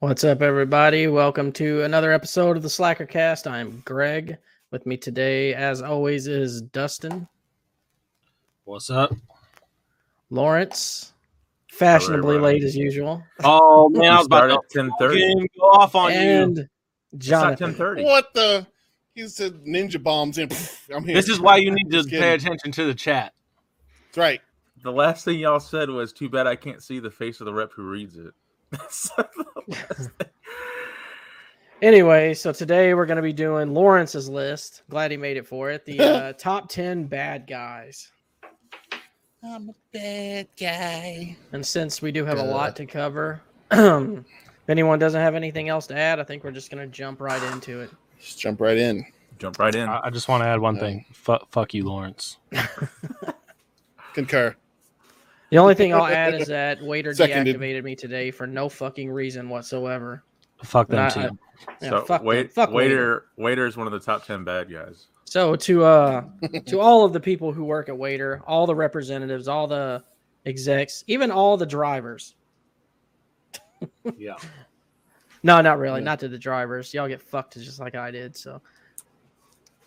What's up, everybody? Welcome to another episode of the Slacker Cast. I'm Greg. With me today, as always, is Dustin, What's up? Lawrence, fashionably Hello, late as usual, Oh man, I was about Start to at ten thirty. fucking go off on you. and ten Jonathan. thirty. What the? He said ninja bombs in. I'm here. This is why you need to Just kidding. pay attention to the chat. That's right. The last thing y'all said was, "Too bad I can't see the face of the rep who reads it." That's the last thing. Anyway, so today we're going to be doing Lawrence's list. Glad he made it for it. The uh, top 10 bad guys. I'm a bad guy. And since we do have a Good. lot to cover, if anyone doesn't have anything else to add, I think we're just going to jump right into it. Just jump right in. Jump right in. I, I just want to add one Yeah. thing. Fu fuck you, Lawrence. Concur. The only thing I'll add is that waiter Seconded. deactivated me today for no fucking reason whatsoever. Fuck them Nah, too. I- Yeah, so fuck, wait, them. fuck waiter. waiter, waiter is one of the top ten bad guys. So to uh to all of the people who work at waiter, all the representatives, all the execs, even all the drivers. yeah. No, not really. Yeah. Not to the drivers. Y'all get fucked just like I did. So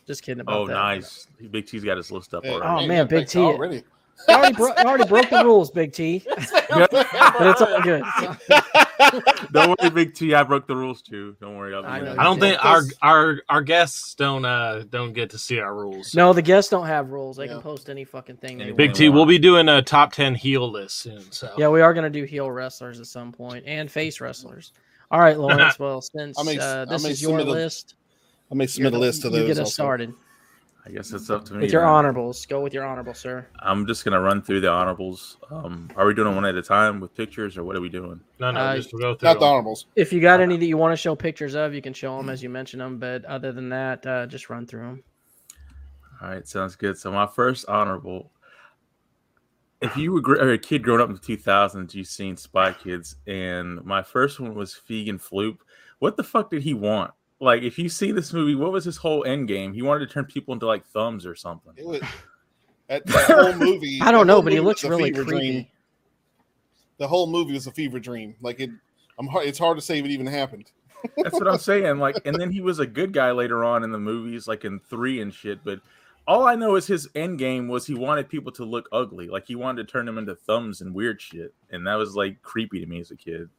just kidding about Oh, that. nice. Big T's got his list up Hey, already. Oh, man, you're Big back T. Already. I already, bro- I already broke the rules, Big T, but it's all good. oh. Don't worry, Big T. I broke the rules too. Don't worry. I'll be I know. I don't Okay. think our our our guests don't uh don't get to see our rules. No, the guests don't have rules. They can Yeah. post any fucking thing. They Any want. Big T, we'll be doing a top ten heel list soon. So Yeah, we are going to do heel wrestlers at some point and face wrestlers. All right, Lawrence. Well, since I may- uh, I this may is your submit a- list, I may submit a you're- list to you those. get us also. started I guess it's up to me. with your then. honorables. Go with your honorable, sir. I'm just gonna run through the honorables. Um, are we doing one at a time with pictures, or what are we doing? no, no, Uh, just go through. Not the them. honorables. If you got any that you want to show pictures of, you can show them as you mention them. But other than that, uh, just run through them. All right, sounds good. So my first honorable, if you were gr- or a kid growing up in the 2000s, you've seen Spy Kids, and my first one was Fegan Floop. What the fuck did he want? Like, if you see this movie, what was his whole end game? He wanted to turn people into like thumbs or something. It was, that, that whole movie. I don't that know, whole but he movie looks was a really fever creepy. Dream. The whole movie was a fever dream. Like it, I'm hard. It's hard to say it even happened. That's what I'm saying. Like, and then he was a good guy later on in the movies, like in three and shit. But all I know is his end game was he wanted people to look ugly. Like he wanted to turn them into thumbs and weird shit. And that was like creepy to me as a kid.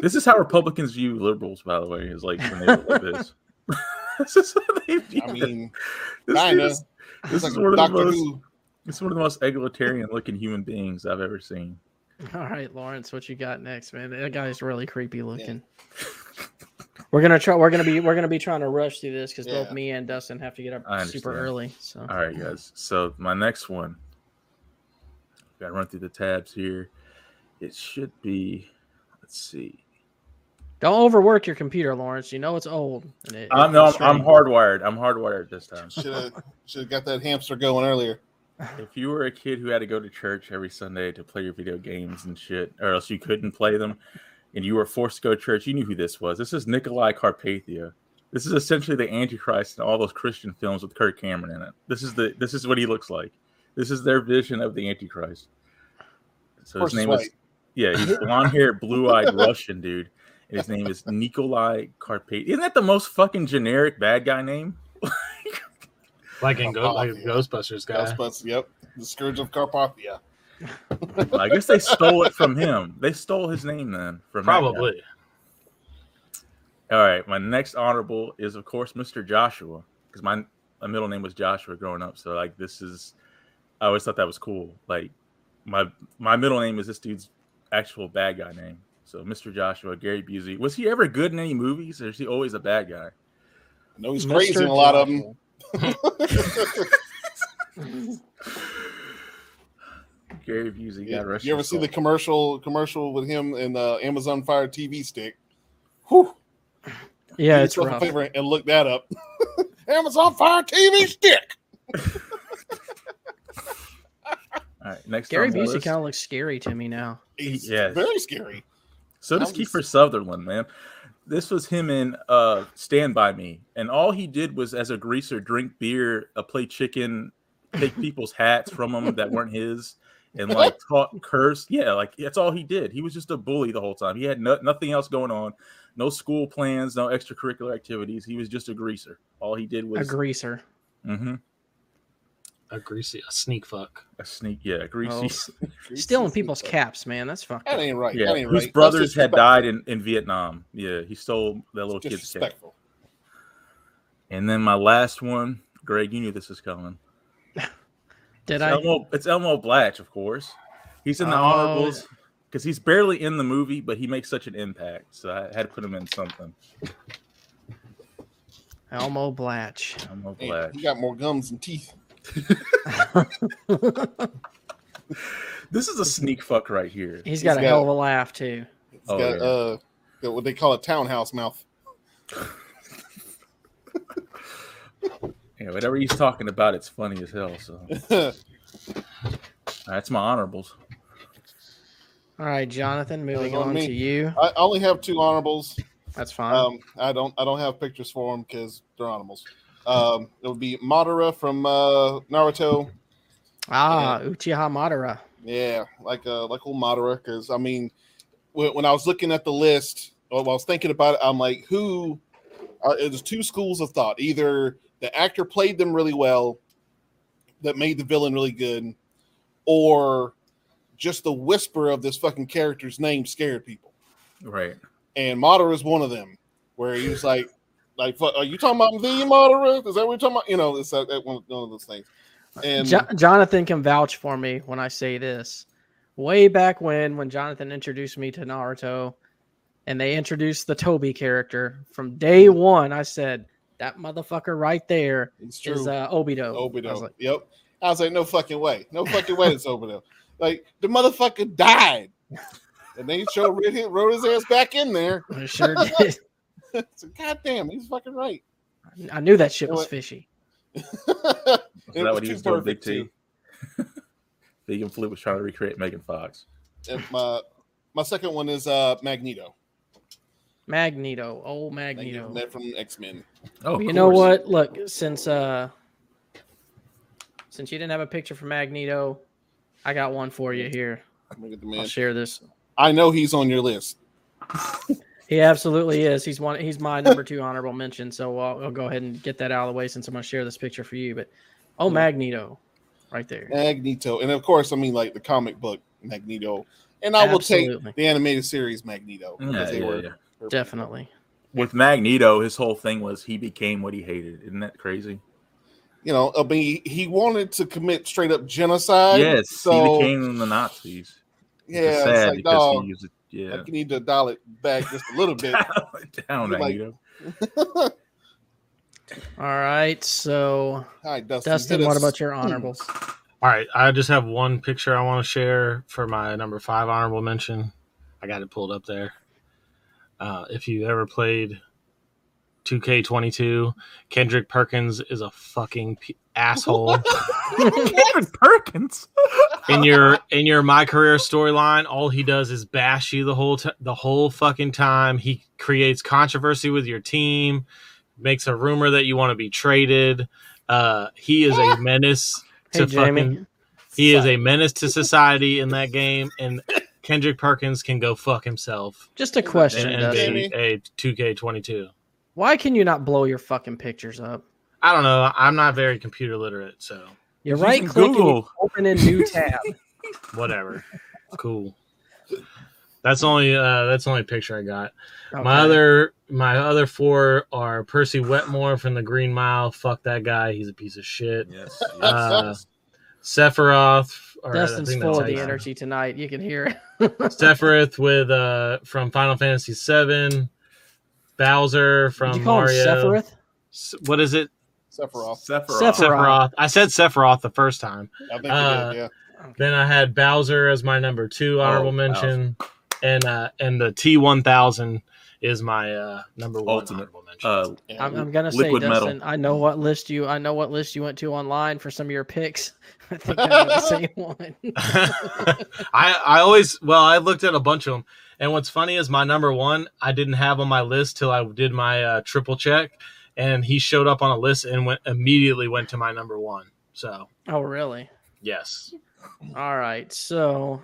this is how Republicans view liberals, by the way, is like when they look like this. this is how they view I them. mean, this, kinda. is, this it's is like one of the Doctor most Who. it's one of the most egalitarian looking human beings I've ever seen. All right, Lawrence, what you got next, man? That guy's really creepy looking. We're gonna try. We're gonna be. We're gonna be trying to rush through this because both Yeah. me and Dustin have to get up I super understand. early. So All right, guys. So my next one, gotta run through the tabs here. It should be. Let's see. don't overwork your computer, Lawrence. You know it's old. and it- it's I'm, no, I'm, I'm straight. hardwired. I'm hardwired this time. Should have should have got that hamster going earlier. If you were a kid who had to go to church every Sunday to play your video games and shit, or else you couldn't play them, and you were forced to go to church, you knew who this was. This is Nikolai Carpathia. This is essentially the Antichrist in all those Christian films with Kirk Cameron in it. This is the this is what he looks like. This is their vision of the Antichrist. So his Horse is name is white. yeah, he's blonde haired, blue eyed Russian dude. And his name is Nikolai Carpathia. Isn't that the most fucking generic bad guy name? like in Go- Oh, like yeah. Ghostbusters guy. uh, Ghostbusters. Yep. The scourge of Carpathia. I guess they stole it from him. They stole his name then from that guy. Probably. All right, my next honorable is of course Mr. Joshua because my my middle name was Joshua growing up. So like this is, I always thought that was cool. Like my my middle name is this dude's actual bad guy name. So Mr. Joshua Gary Busey was he ever good in any movies? Or is he always a bad guy? I know he's Mr. crazy in a lot of Joshua. them. Gary Busey got You, arrested. you ever see the commercial commercial with him and the Amazon Fire TV stick? Yeah, Do it's yourself a rough. favor and look that up. Amazon Fire TV stick. All right, next Gary on the Busey list- kind of looks scary to me now. He's Yes. very scary. So does I'm just- Kiefer Sutherland, man. This was him in uh, Stand By Me, and all he did was, as a greaser, drink beer, uh, play chicken, take people's hats from them that weren't his, and like taught curse. Yeah, like that's all he did. He was just a bully the whole time. He had no, nothing else going on, no school plans, no extracurricular activities. He was just a greaser. All he did A was greaser. Mhm. A greasy, a sneak fuck. a sneak. Yeah, a greasy. Oh, s- stealing people's caps, man. That's fucked. That up. ain't right. Yeah, That ain't whose right. That's brothers had disrespectful. died in, in Vietnam. Yeah, he stole that little That's kid's cap. Disrespectful. And then my last one, Greg, you knew this was coming. Did It's I? Elmo, it's Elmo Blatch, of course. He's in the Oh, honorables because he's barely in the movie, but he makes such an impact. So I had to put him in something. Elmo Blatch. Elmo Damn, Blatch. he got more gums and teeth. This is a sneak fuck right here. He's got a got- hell of a laugh too. He's Oh, got yeah. uh, got what they call a townhouse mouth. Yeah, whatever he's talking about, it's funny as hell. So that's my honorables. All right, Jonathan. Moving on on me. to you. I only have two honorables. That's fine. Um, I don't I don't have pictures for them because they're animals. Um, it would be Madara from uh, Naruto. ah, Uchiha Madara. Yeah, like uh, like old Madara. Because I mean, when, when I was looking at the list, or when I was thinking about it, I'm like, who? Uh, there's two schools of thought. Either the actor played them really well, that made the villain really good, or just the whisper of this fucking character's name scared people. Right. and Madara is one of them, where he was like, like, "Fuck, are you talking about the Madara? Is that what you're talking about? You know, it's that, that one, one of those things. And Jo- Jonathan can vouch for me when I say this. Way back when, when Jonathan introduced me to Naruto, and they introduced the Toby character from day one, I said that motherfucker right there it's true, is uh, Oh, Obito. I Obito. was like, yep. I was like, no fucking way, no fucking way, it's Obito. Like the motherfucker died, and they show rid him, rode his ass back in there. I sure did. It's like, God damn, he's fucking right. I knew that shit You know was what? fishy. Is It that was what he too was doing, Big perfect, T? too. Vegan Flute was trying to recreate Megan Fox. And my my second one is uh Magneto. Magneto, old Magneto. Magneto that from X Men. Oh, But of you know course. what? Look, since uh, since you didn't have a picture for Magneto, I got one for you here. Look at the I'll man. share this. I know he's on your list. He absolutely is. He's one. He's my number two honorable mention. So I'll, I'll go ahead and get that out of the way since I'm going to share this picture for you. But oh, Magneto, right there. Magneto, and of course, I mean like the comic book Magneto, and I will Absolutely. take the animated series Magneto Yeah, because they yeah, were yeah. were- Definitely. With Magneto, his whole thing was he became what he hated. Isn't that crazy? you know, I mean, he wanted to commit straight up genocide. yes, so he became the Nazis. yeah, it's it's sad like because dog, he used it. I Yeah, need to dial it back just a little bit. down, Like- Magneto. All right. So All right, Dustin, Dustin, hit what us. about your honorables? Hmm. All right, I just have one picture I want to share for my number five honorable mention. I got it pulled up there. Uh, if you ever played 2K22, Kendrick Perkins is a fucking p- asshole. Kevin Perkins. in your in your my career storyline, all he does is bash you the whole t- the whole fucking time. He creates controversy with your team, makes a rumor that you want to be traded. Uh, he is a menace Hey, to Jamie. fucking. He is a menace to society in that game, and Kendrick Perkins can go fuck himself Just a in question, Sure Dustin. Jamie. NBA 2K22. Why can you not blow your fucking pictures up? I don't know. I'm not very computer literate, so You Using right click and you Google. open a new tab. whatever. cool. That's only uh, that's the only picture I got. My Okay. other my other four are Percy Wetmore from the Green Mile. Fuck that guy. He's a piece of shit. Yes. Uh, Sephiroth. Or I Dustin's think full that's of how the you- energy tonight. You can hear it. Sephiroth with uh from Final Fantasy VII. Bowser from Did you call Mario. him Sephiroth? S- What is it? Sephiroth? Seph- Sephiroth. Sephiroth. Sephiroth. I said Sephiroth the first time. I think Uh, he did. Yeah, Then I had Bowser as my number two honorable Oh, mention, and uh and the T one thousand is my uh number one Ultimate, honorable mention. Uh, yeah. I'm, I'm gonna Liquid say, metal. Dustin. I know what list you. I know what list you went to online for some of your picks. I think I know the same one. I I always well I looked at a bunch of them, and what's funny is my number one I didn't have on my list till I did my uh, triple check, and he showed up on a list and went immediately went to my number one. So Oh, really? yes, All right, so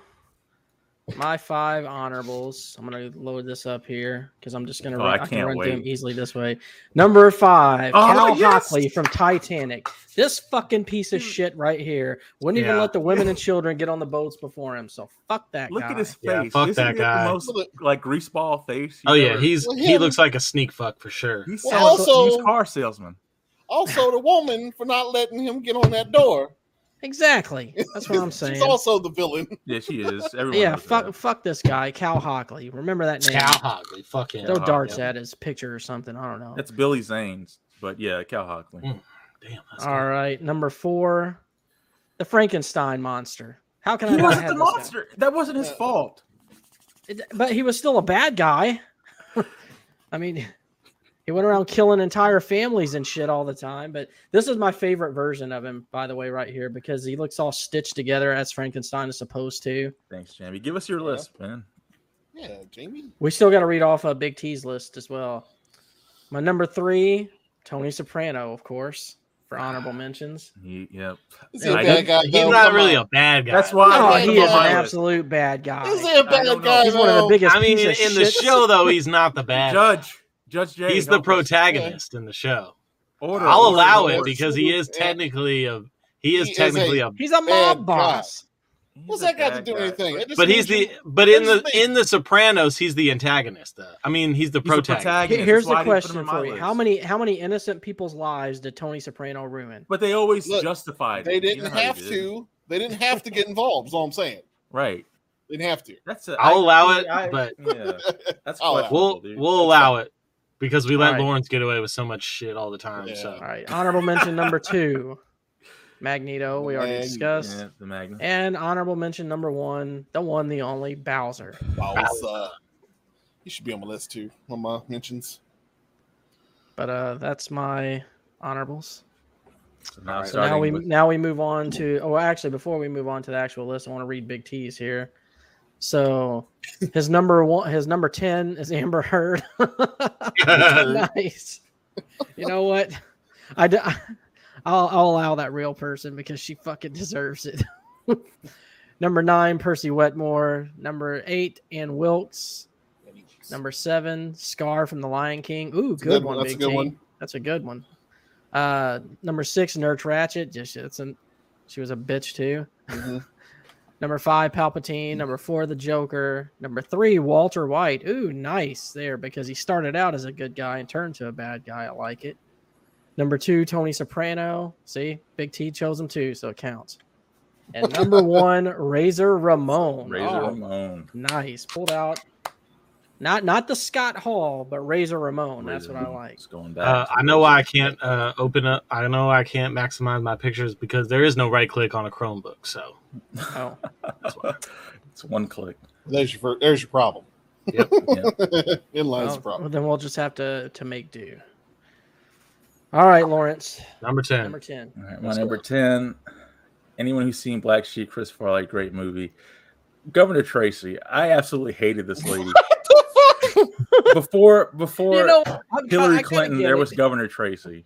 my five honorables. I'm gonna load this up here because I'm just gonna Oh, run, I I can can't run through them wait. easily this way. Number five, Oh, Cal yes! Hmm. Hockley from Titanic. This fucking piece of shit right here wouldn't even Yeah. let the women and children get on the boats before him. So fuck that Look guy. at his face. Yeah, fuck Isn't that it guy. The most like greaseball face. Oh you've yeah, ever- he's Well, he him- looks like a sneak fuck for sure. He sounds Well, also- like a used car salesman. Also, the woman for not letting him get on that door. exactly. That's what I'm saying. She's also the villain. Yeah, she is. Everyone yeah, knows fuck, that. fuck this guy, Cal Hockley. Remember that name. Cal Hogley, fuck him. Oh, Throw Hockley. darts at his picture or something. I don't know. That's Billy Zane's. But yeah, Cal Hockley. Mm. Damn, that's All right, number four, the Frankenstein monster. How can I He not wasn't have the this guy? monster. That wasn't his Yeah. fault. It- But he was still a bad guy. I mean, he went around killing entire families and shit all the time. But this is my favorite version of him, by the way, right here, because he looks all stitched together as Frankenstein is supposed to. Thanks, Jamie. Give us your Yeah. list, man. Yeah, Jamie. We still got to read off a Big T's list as well. My number three, Tony Soprano, of course, for honorable mentions. He, yep. Is Yeah, he a I bad guy? He's though? not Come really on. a bad guy. That's why Oh, I like he him is on my an list. absolute bad guy. Is he a I bad don't know. guy? He's one of the though? biggest. I mean, in, piece of in the shits. show though, he's not the bad. guy. Judge, Judge Jay. He's the help us. protagonist in the show. Order. I'll order, allow order. it because he is Yeah. technically a he is He is a- technically a He's a Bad guy. mob boss. He's What's a that got to bad do with guy. anything? It just but he's means the but in What the does it mean? in the Sopranos he's the antagonist though. I mean he's the He's a protagonist. Here- protagonist. Here's That's why the I didn't put him question in my for you: list. How many how many innocent people's lives did Tony Soprano ruin? But they always Look, justify it. They You didn't know how have did. to. They didn't have to get involved. Is all I'm saying. Right. They didn't have to. That's a, I'll allow I- it, I- but- yeah, that's I'll questionable, allow it. We'll dude. we'll allow it because we let Alright. Lawrence get away with so much shit all the time. Yeah. All So right, honorable mention number two, Magneto. We already Magneto. discussed, Yeah, the Magnum. and honorable mention number one, the one, the only Bowser. Bowser. uh, He should be on my list too. On my mentions. But uh, that's my honorables. So now, Alright, So now starting we with- now we move on to oh actually before we move on to the actual list, I want to read Big T's here. So his number one his number 10 is Amber Heard. Uh, nice. You know what? I d- I'll, I'll allow that real person because she fucking deserves it. number nine, Percy Wetmore. Number eight, Ann Wilkes. Number seven, Scar from The Lion King. Ooh, good, one. That's a Big good T. one. That's a good one. Uh, number six, Nurse Ratchet. Just it's an, she was a bitch too. Mhm. Number five, Palpatine. Number four, the Joker. Number three, Walter White. Ooh, nice there because he started out as a good guy and turned to a bad guy. I like it. Number two, Tony Soprano. See, Big T chose him too, so it counts. And number one, Razor Ramon. Razor Oh, Ramon. Nice, pulled out. Not not the Scott Hall, but Razor Ramon. That's Razor what I Ramon. like. It's going back. uh, to I the- know why I can't uh, open up. I know I can't maximize my pictures because there is no right click on a Chromebook. So Oh, it's one click. There's your fir- there's your problem. Yep. In lies well, the problem. then we'll just have to to make do. All right, Lawrence, number ten. number ten. All right, my Let's number go. ten. Anyone who's seen Black Sheep, Chris Farley, great movie. Governor Tracy, I absolutely hated this lady. before before You know, I'm try- I Hillary gotta Clinton, give there it- was Governor Tracy.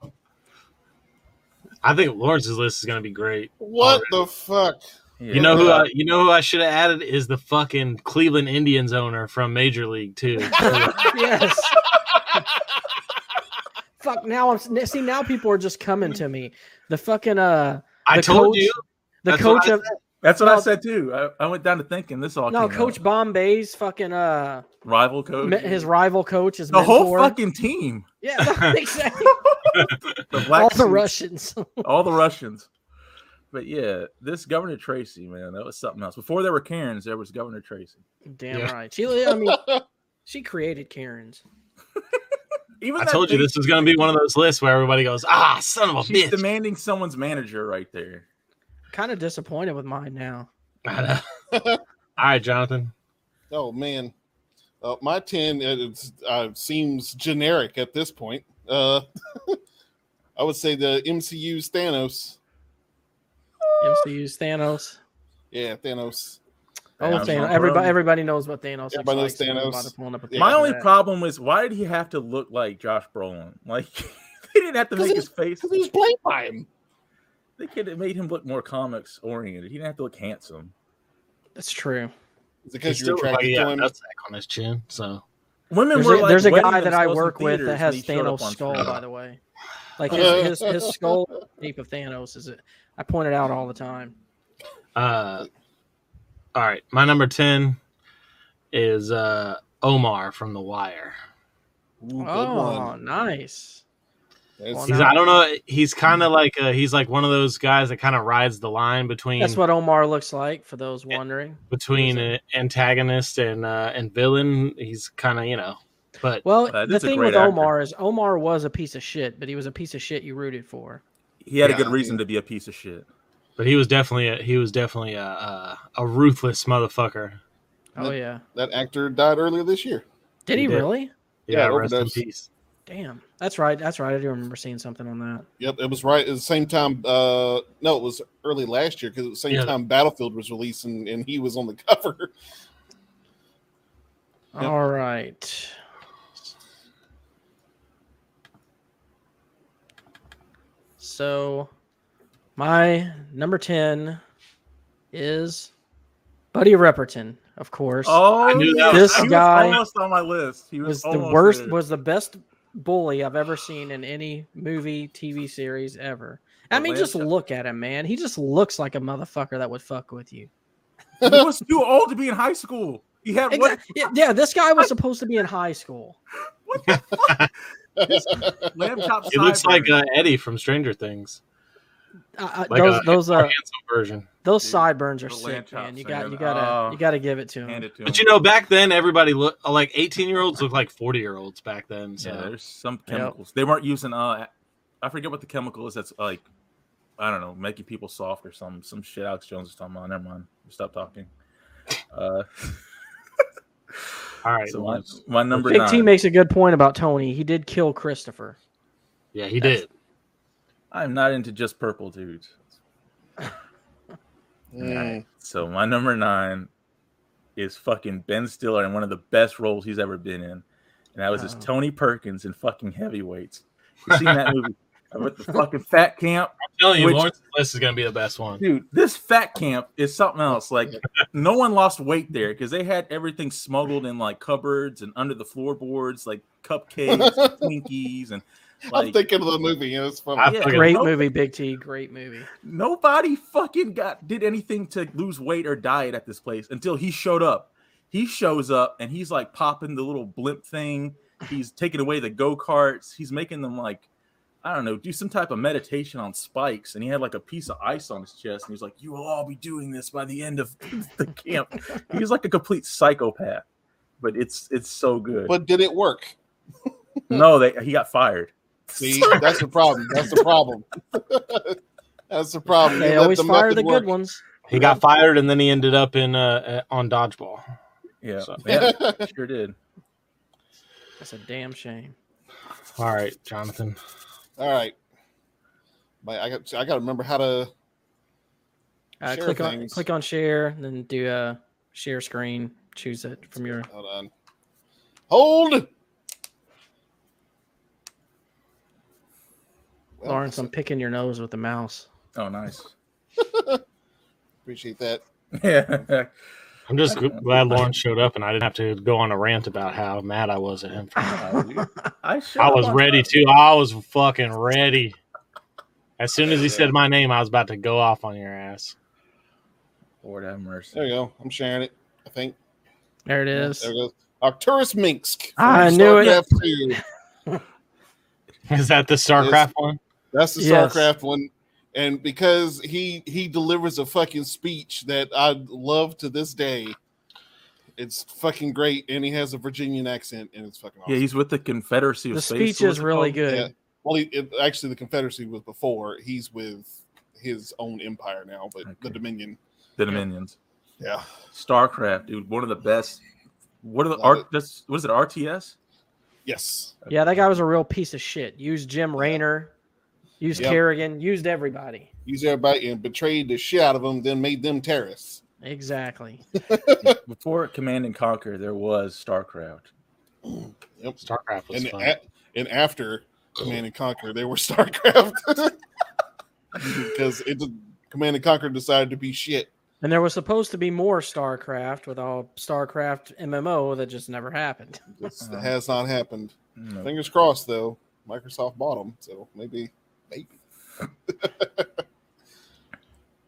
I think Lawrence's list is going to be great. What the fuck? You know who? Yeah. I, you know who I should have added is the fucking Cleveland Indians owner from Major League too. yes. Fuck. Now I'm see. Now people are just coming to me. The fucking uh, I The told coach- you. the That's what coach I of That's what I No. said too. I, I went down to thinking this all. no, came Coach up. Bombay's fucking uh, rival coach, me- his rival coach is the whole mentor. fucking team, yeah, exactly. the black, All suits, the Russians. all the Russians. But yeah, this Governor Tracy, man, that was something else. Before there were Karens, there was Governor Tracy. Damn Yeah. right. She, I mean, she created Karens. Even I that told you thing- this was going to be one of those lists where everybody goes, "Ah, son of a She's bitch." demanding someone's manager right there. Kind of disappointed with mine now. I know. All right, Jonathan. Oh man, uh, my ten uh, it's, uh, seems generic at this point. Uh, I would say the MCU's Thanos. MCU's Thanos. Yeah, Thanos. Oh, Yeah, Thanos. Sean Everybody, Peroni. everybody knows what Thanos. Everybody looks knows like, so I'm Thanos. about to pull up a Yeah. picture My of only that. problem is why did he have to look like Josh Brolin? Like they didn't have to 'Cause make his he's- face. Because he was played by him. They could have made him look more comics oriented. He didn't have to look handsome. That's true. Is it because He still- you're attracted oh, yeah, to him? nutsack on his chin. So Women There's were a, like there's a wetting guy that I themselves in work with that theaters has and he showed up Thanos on skull, screen. by the way. Like his, his, his skull shape of Thanos is it. I point it out all the time. Uh, all right, my number ten is uh, Omar from The Wire. Ooh, good Oh, one. nice. That's- Well, He's now- I don't know. He's kind of like uh, he's like one of those guys that kind of rides the line between That's what Omar looks like for those Yeah. wondering. between an antagonist and uh, and villain. He's kind of you know, but Well, Uh, the that's a thing great with actor. Omar is Omar was a piece of shit, but he was a piece of shit you rooted for. He had Yeah, a good I reason to be a piece of shit. but he was definitely a, he was definitely a, a a ruthless motherfucker. Oh yeah. That actor died earlier this year. Did He he did. really? Yeah, Yeah, rest in overdose. peace. Damn. That's right. That's right. I do remember seeing something on that. Yep, it was right at the same time. Uh, no, it was early last year because at the same Yeah. time Battlefield was released and, and he was on the cover. Yep. All right. So, my number 10 is Buddy Repperton, of course. Oh, I knew that yeah, was- he This guy was almost on my list. He was, was the almost worst, there. was the best bully I've ever seen in any movie, TV series ever. I mean, just Atlanta. look at him, man. He just looks like a motherfucker that would fuck with you. he was too old to be in high school. He had what? Exactly. Yeah, this guy was supposed to be in high school. What the fuck? This lamb chop He looks sideburns. like uh, Eddie from Stranger Things, Uh, uh, like those, a, those, more uh, handsome version. Those Dude, sideburns are the sick, Lanchop man. You got, fan. you gotta, Oh. you gotta give it to him. Hand it to But him. you know, back then everybody looked like eighteen year olds looked like forty year olds back then. So yeah, there's some Yep. chemicals. They weren't using uh I forget what the chemical is that's like I don't know, making people soft or some some shit Alex Jones is talking about. Never mind. Stop talking. Uh all right, so my, Lawrence. my number Big T nine. makes a good point about Tony. He did kill Christopher. yeah, he That's- did. I'm not into just purple dudes. Mm. So my number nine is fucking Ben Stiller in one of the best roles he's ever been in, and that was his Oh. Tony Perkins in fucking Heavyweights. You seen that movie with the fucking fat camp, telling you, Which- Lawrence's list is going to be the best one. dude? This fat camp is something else. Like no one lost weight there because they had everything smuggled in like cupboards and under the floorboards, like cupcakes, and Twinkies, and I'm like thinking of the movie. Yeah, it's funny. I Yeah. fucking- Great Nope. movie, Big T. Great movie. Nobody fucking got did anything to lose weight or diet at this place until he showed up. He shows up and he's like popping the little blimp thing. He's taking away the go karts. He's making them like, I don't know, do some type of meditation on spikes. And he had like a piece of ice on his chest. And he's like, "You will all be doing this by the end of the camp." he's like a complete psychopath, but it's it's so good. But did it work? no, they he got fired. See, that's the problem. That's the problem. that's the problem. They Oh, You let always fire method the work. good ones. He got fired, and then he ended up in uh, uh, on dodgeball. Yeah, So- yeah, sure did. That's a damn shame. All right, Jonathan. All right. But I got I got to remember how to. Uh, Share click on, things. click on share, and then do uh, share screen. Choose it from your. Hold on. Hold. Well, Lawrence, I'm picking your nose with the mouse. Oh, nice. appreciate that. Yeah. I'm just glad Lawrence showed up, and I didn't have to go on a rant about how mad I was at him. For Oh, dude. I, showed I up was on ready time. too. I was fucking ready. As soon as he said my name, I was about to go off on your ass. Lord have mercy. There you go. I'm sharing it. I think. There it is. There it goes. Arcturus Minsk. Ah, I from knew it. StarCraft II. Is that the StarCraft one? That's the Yes. StarCraft one. And because he he delivers a fucking speech that I love to this day. It's fucking great, and he has a Virginian accent, and it's fucking awesome. Yeah, he's with the Confederacy of The Space. speech is really good. good. Yeah. Well, he, it, actually, the Confederacy was before. He's with his own empire now, but the Okay. Dominion. The Dominions. Yeah. StarCraft, dude, one of the best. What are the Love art? That's what is it? RTS? Yes. Yeah, that guy was a real piece of shit. Used Jim Raynor, used Yep. Kerrigan, used everybody. Used everybody and betrayed the shit out of them, then made them terrorists. Exactly. Before Command and Conquer, there was StarCraft. Yep. StarCraft was And, fun. a- and after Command and Conquer, they were StarCraft. because it just- Command and Conquer decided to be shit. And there was supposed to be more StarCraft with all StarCraft MMO that just never happened. This Uh-huh. has not happened. Mm, No. Fingers crossed, though. Microsoft bought them, so maybe, maybe.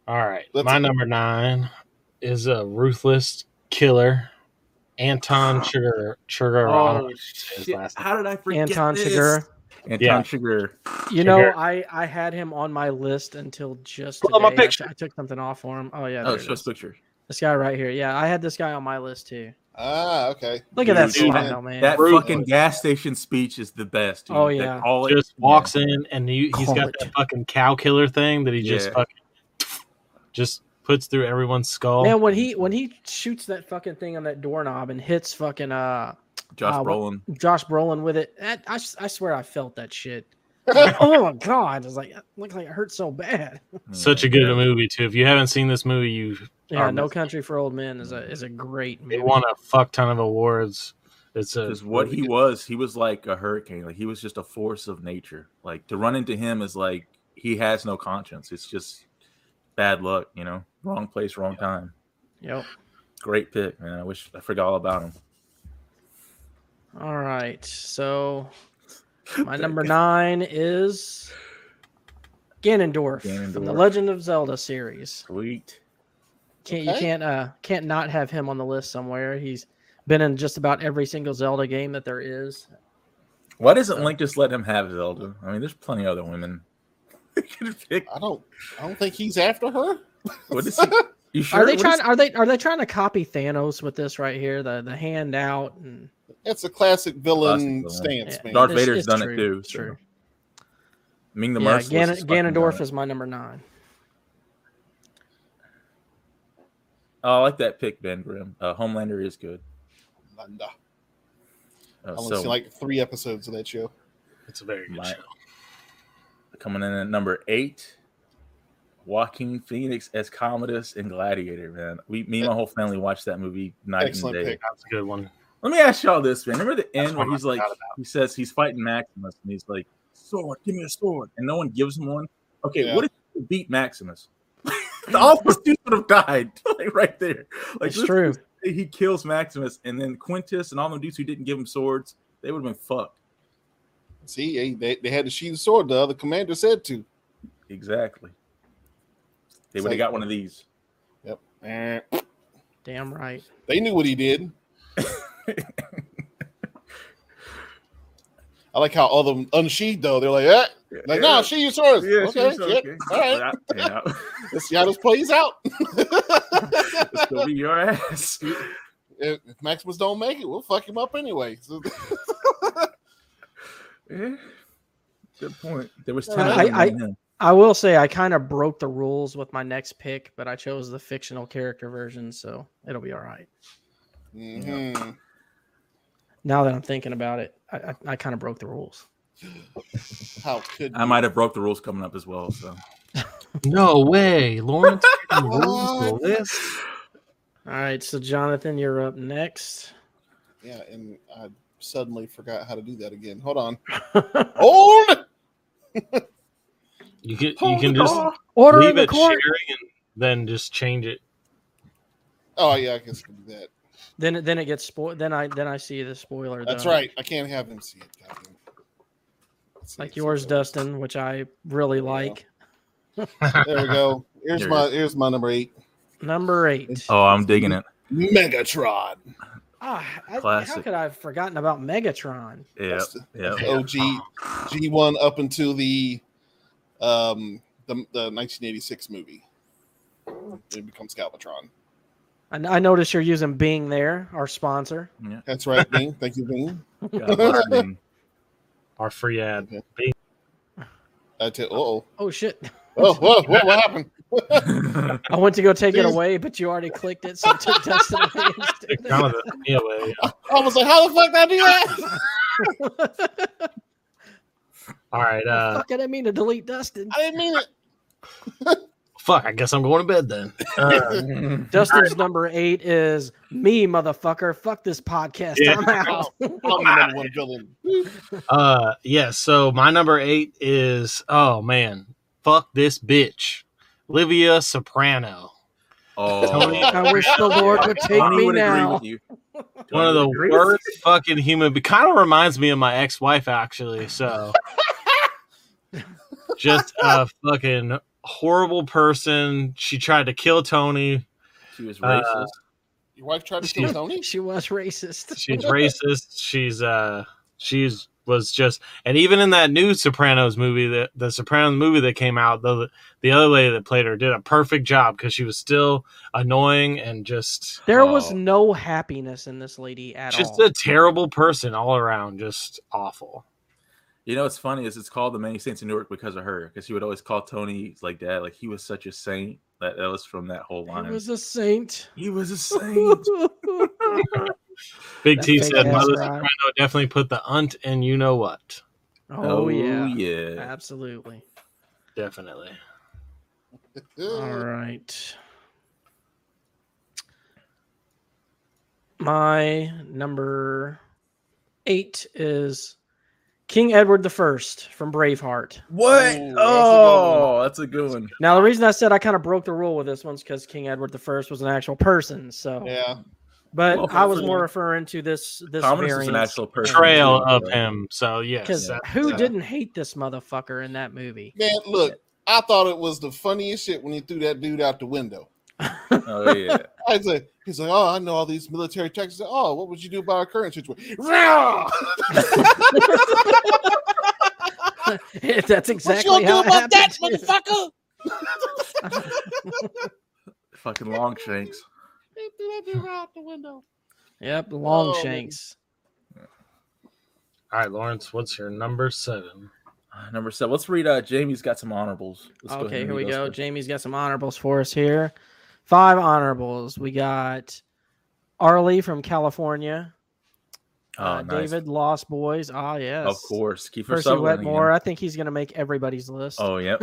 All right. Let's- My number nine is a ruthless killer, Anton Chigurh. Chigurh Oh his shit! last name. How did I forget Anton this? Chigurh. Anton Yeah. Sugar. You know, Chigurh. I, I had him on my list until just Pull up my today. I- picture. I, took something off for him. Oh yeah, Oh, there it show us is. picture. this guy right here. Yeah, I had this guy on my list too. Ah, okay. Look at that Dude, smile, that- man. That Brutal. fucking gas station speech is the best. Dude. Oh, That yeah. all it- just walks in and he, he's Call got it. that fucking cow killer thing that he just Yeah. fucking just puts through everyone's skull. Man, when he when he shoots that fucking thing on that doorknob and hits fucking uh Josh Uh, what- Brolin. Josh Brolin with it, that, I s- I swear I felt that shit. Like, oh my god! It's like it looked like it hurt so bad. Oh, Mm, Such a good movie too. If you haven't seen this movie, you Yeah, Um, No Country for Old Men is a is a great movie. it won a fuck ton of awards. It's a Because what he was, he was like a hurricane. Like he was just a force of nature. Like to run into him is like he has no conscience. It's just bad luck, you know. Wrong place, wrong time. Yep. Great pick, man. I wish I forgot all about him. All right. So my number nine is Ganondorf, from the Ganondorf. Legend of Zelda series. Sweet. Can't you Okay. can't uh can't not have him on the list somewhere. He's been in just about every single Zelda game that there is. Why doesn't Link just let him have Zelda? I mean, there's plenty of other women. he could pick. I don't. I don't think he's after her. What is he? You sure? Are they What trying? is- Are they are they trying to copy Thanos with this right here? The the handout and That's a classic villain Classic villain. stance, yeah, man. Darth it's- Vader's it's done it true, too, it's so. True. Ming the yeah, Merciless? Gan- fucking done Ganondorf it. is my number nine. Oh, I like that pick, Ben Grimm. Uh, Homelander is good. Nah, I Uh, only so seen like three episodes of that show. it's a very good My- show. coming in at number eight, Joaquin Phoenix as Commodus in Gladiator. Man, we, me and my whole family watched that movie night Excellent and day. pick. That's a good one. Let me ask y'all this, man. Remember the end one where he's I like, forgot he says he's fighting Maximus, and he's like, "Sword, give me a sword," and no one gives him one. Okay, Yeah. what if you beat Maximus? All those dudes would have died, like right there. Like it's this- true. he kills Maximus, and then Quintus and all the dudes who didn't give him swords, they would have been fucked. See, eh, they, they had to sheathe the sword. The other commander said to. Exactly. They It's would have like- got one of these. Eh, Damn right. They knew what he did. I like how all of them unsheathed though. They're like, eh. like no, she used hers. Yeah, she okay, was yeah, okay. all right. Yeah, Let's see how this plays out. yeah. It's gonna be your ass. if if Maximus don't make it, we'll fuck him up anyway. Mm-hmm. So- Yeah. Good point. There was ten. I- of them I- on him. I will say I kind of broke the rules with my next pick, but I chose the fictional character version, so it'll be all right. Mhm. Now that I'm thinking about it, I, I, I kind of broke the rules. How could I might have broke the rules coming up as well. So No way, Lawrence rules the rules the list. All right, so Jonathan, you're up next. yeah? And I suddenly forgot how to do that again. Hold on. Hold. You can you Hold can the just door. Order in leave the it sharing court. and then just change it. Oh yeah, I guess I can do that. Then it- then it gets spoiled. Then I then I see the spoiler. That's though. right. I can't have him see it. goddamn. Let's see, Like it's yours, over. Dustin, which I really like. There we go. Here's There it my here's my number eight. Number eight. oh, I'm digging it. Megatron. Ah, I- how classic. could I have forgotten about Megatron? Yeah, That's the- yeah. Oh, OG G one up until the um the, the 1986 movie. It becomes Galvatron. I, I noticed you're using Bing there, our sponsor. That's right, Bing. Thank you, Bing. God bless him. Our free ad. I tell, oh, Oh shit! oh, whoa, whoa, what happened? I went to go take it Please. away, but you already clicked it, so it took Dustin away It instead. kind of took me away. I was like, how the fuck did I do that? All right, uh, Fuck, I didn't mean to delete Dustin. I didn't mean it. fuck. I guess I'm going to bed then. Uh, Dustin's number eight is me, motherfucker. Fuck this podcast. Yeah. I'm out. I'm the number one villain. uh yeah so my number eight is oh man fuck this bitch, Livia Soprano. Oh, Tony- I wish the Lord would take Tony me would agree now. with you. One of Tony the would agree with worst fucking human. But kind of reminds me of my ex-wife actually. So just a fucking horrible person. She tried to kill Tony. you. She was Uh, racist. Your wife tried to steal Tony? She was racist. She's racist. She's uh she's was just and even in that new Sopranos movie that the Sopranos movie that came out, the the other lady that played her did a perfect job because she was still annoying and just There was Oh. no happiness in this lady at just all. a terrible person all around, just awful. You know what's funny is it's called the Many Saints of Newark because of her. Because he would always call Tony like that. Like he was such a saint. That that was from that whole line. He was a saint. he was a saint. oh, Big That T fake said ass Mother ride. Soprano definitely put the unt and you know what. Oh, yeah. Oh, yeah. Absolutely. Definitely. All right. My number eight is King Edward the First from Braveheart. What? Ooh, that's a good oh, that's a good one. Now, the reason I said I kind of broke the rule with this one's because King Edward the First was an actual person. So, Yeah. but Well, I was hopefully- more referring to this this Thomas is variant. an actual person. Trail too, of right? him. So yes. Because that- who that- didn't hate this motherfucker in that movie? Man, look, I thought it was the funniest shit when he threw that dude out the window. Oh yeah. I said, he's like, oh, I know all these military tactics. I said, Oh, what would you do about our current situation? Rah! That's exactly what you how it gonna do about that, happened. motherfucker? Fucking Longshanks. He threw that dude out the window. Yep, Oh, Longshanks. man. shanks. All right, Lawrence, what's your number seven? Uh, Number seven. Let's read. Uh, Jamie's got some honorables. Let's go ahead okay, and here we read go. those first. Jamie's got some honorables for us here. Five honorables. We got Arlie from California. Oh, uh, nice. David Lost Boys. Ah, yes. Of course, Kiefer Percy Sutherland. again. Wetmore. I think he's going to make everybody's list. Oh yeah.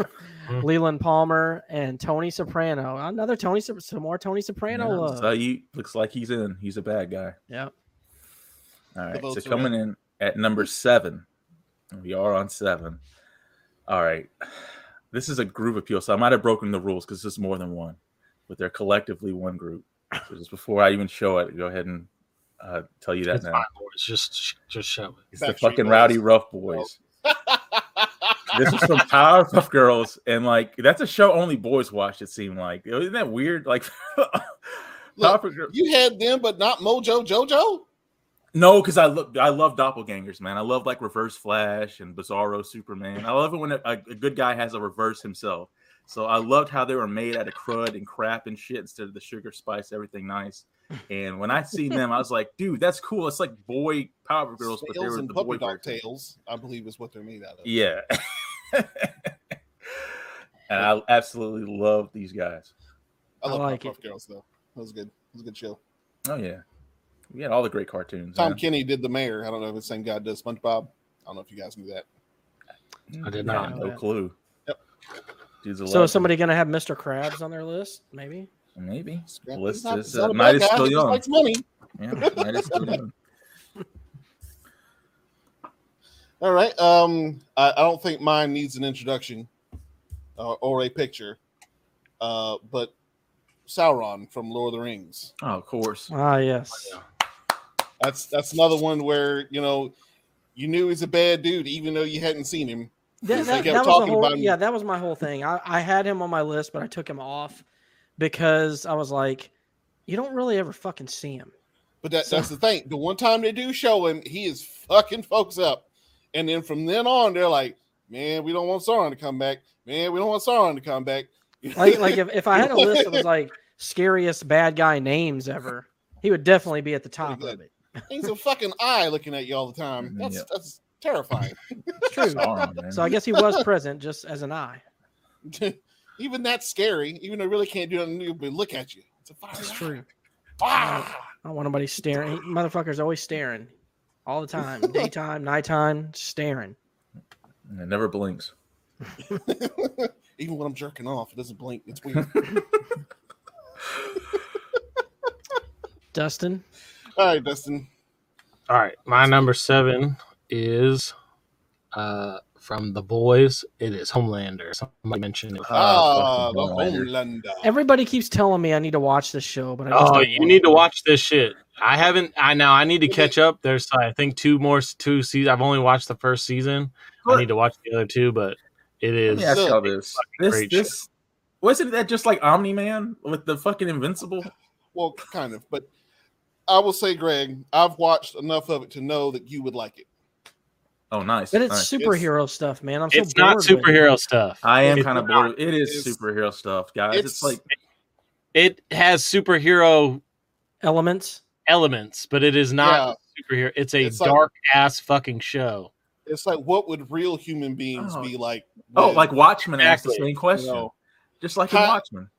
Leland Palmer and Tony Soprano. Another Tony, Sop- some more Tony Soprano Yeah, love. So he looks like he's in. He's a bad guy. Yep. All right. So votes are coming in at number seven. We are on seven. All right. This is a group appeal. So I might have broken the rules because this is more than one, but they're collectively one group. So just before I even show it, go ahead and uh, tell you that It's now. fine, Lawrence. Just just show it. It's the Backstreet fucking Boys. Rowdy Rough Boys. this was from Powerpuff Girls, and like that's a show only boys watched. It seemed like isn't that weird? Like Look, Powerpuff Girls. you had them, but not Mojo Jojo? No, because I love I love doppelgangers, man. I love like Reverse Flash and Bizarro Superman. I love it when a, a good guy has a reverse himself. So I loved how they were made out of crud and crap and shit instead of the sugar, spice, everything nice. And when I seen them, I was like, dude, that's cool. It's like boy Power Girls, but they Tails were and the boy puppy dog version. tails, I believe is what they're made out of. Yeah. and I absolutely love these guys. I I love like Puff Puff Girls though. That was good. That was a good show. Oh yeah. We had all the great cartoons. Tom man. Kenny did the mayor. I don't know if the same guy does SpongeBob. I don't know if you guys knew that. I did Yeah, not know no that. clue. Yep. Dude's a So legend. is somebody going to have Mr. Krabs on their list? Maybe. maybe. Scrap Well, is it's not- just, is uh, not a bad Midas guy. still He just young. likes money. Yeah, that is still young. All right. Um, I, I don't think mine needs an introduction uh, or a picture, uh, but Sauron from Lord of the Rings. Oh, of course. Ah, Oh, yes. That's that's another one where you know you knew he's a bad dude, even though you hadn't seen him. That, Because that, they kept that was the talking whole, about him. yeah, that was my whole thing. I, I had him on my list, but I took him off because I was like, you don't really ever fucking see him. But that, So- that's the thing. The one time they do show him, he is fucking folks up. And then from then on, they're like, man, we don't want Sauron to come back. Man, we don't want Sauron to come back. Like, like if, if I had a list that was like scariest bad guy names ever, he would definitely be at the top of it. he's a fucking eye looking at you all the time. That's Yeah. that's terrifying. It's true. Sorry, man. So I guess he was present just as an eye. even that's scary. Even though it really can't do nothing, to you, but look at you. It's a fire. It's true. Ah! I don't want nobody staring. He- Motherfucker's always staring all the time, daytime, nighttime, staring. And it never blinks. Even when I'm jerking off, it doesn't blink. It's weird. Dustin, all right, Dustin. All right, my number seven is uh, from The Boys. It is Homelander. Somebody mentioned it. Uh, Ah, fucking the Homelander. Homelander. Everybody keeps telling me I need to watch this show, but I just Oh, don't you want need to watch this shit. I haven't. I now I need to catch up. There's I think two more two seasons. I've only watched the first season. I need to watch the other two, but it Let is. me ask So- y'all this. This great show. this wasn't that just like Omni Man with the fucking invincible? Well, kind of, but I will say, Greg, I've watched enough of it to know that you would like it. Oh, nice. But it's nice. superhero stuff, man. I'm so It's not bored with it. superhero stuff. I am It's kind of not. bored. It is It's- superhero stuff, guys. It's, it's- like It has superhero Elements. elements, but it is not superhero. It's a It's like- dark ass fucking show. It's like, what would real human beings Oh. be like? oh, with- like Watchmen asked the Exactly. same question, you know, just like in Ki- Watchmen.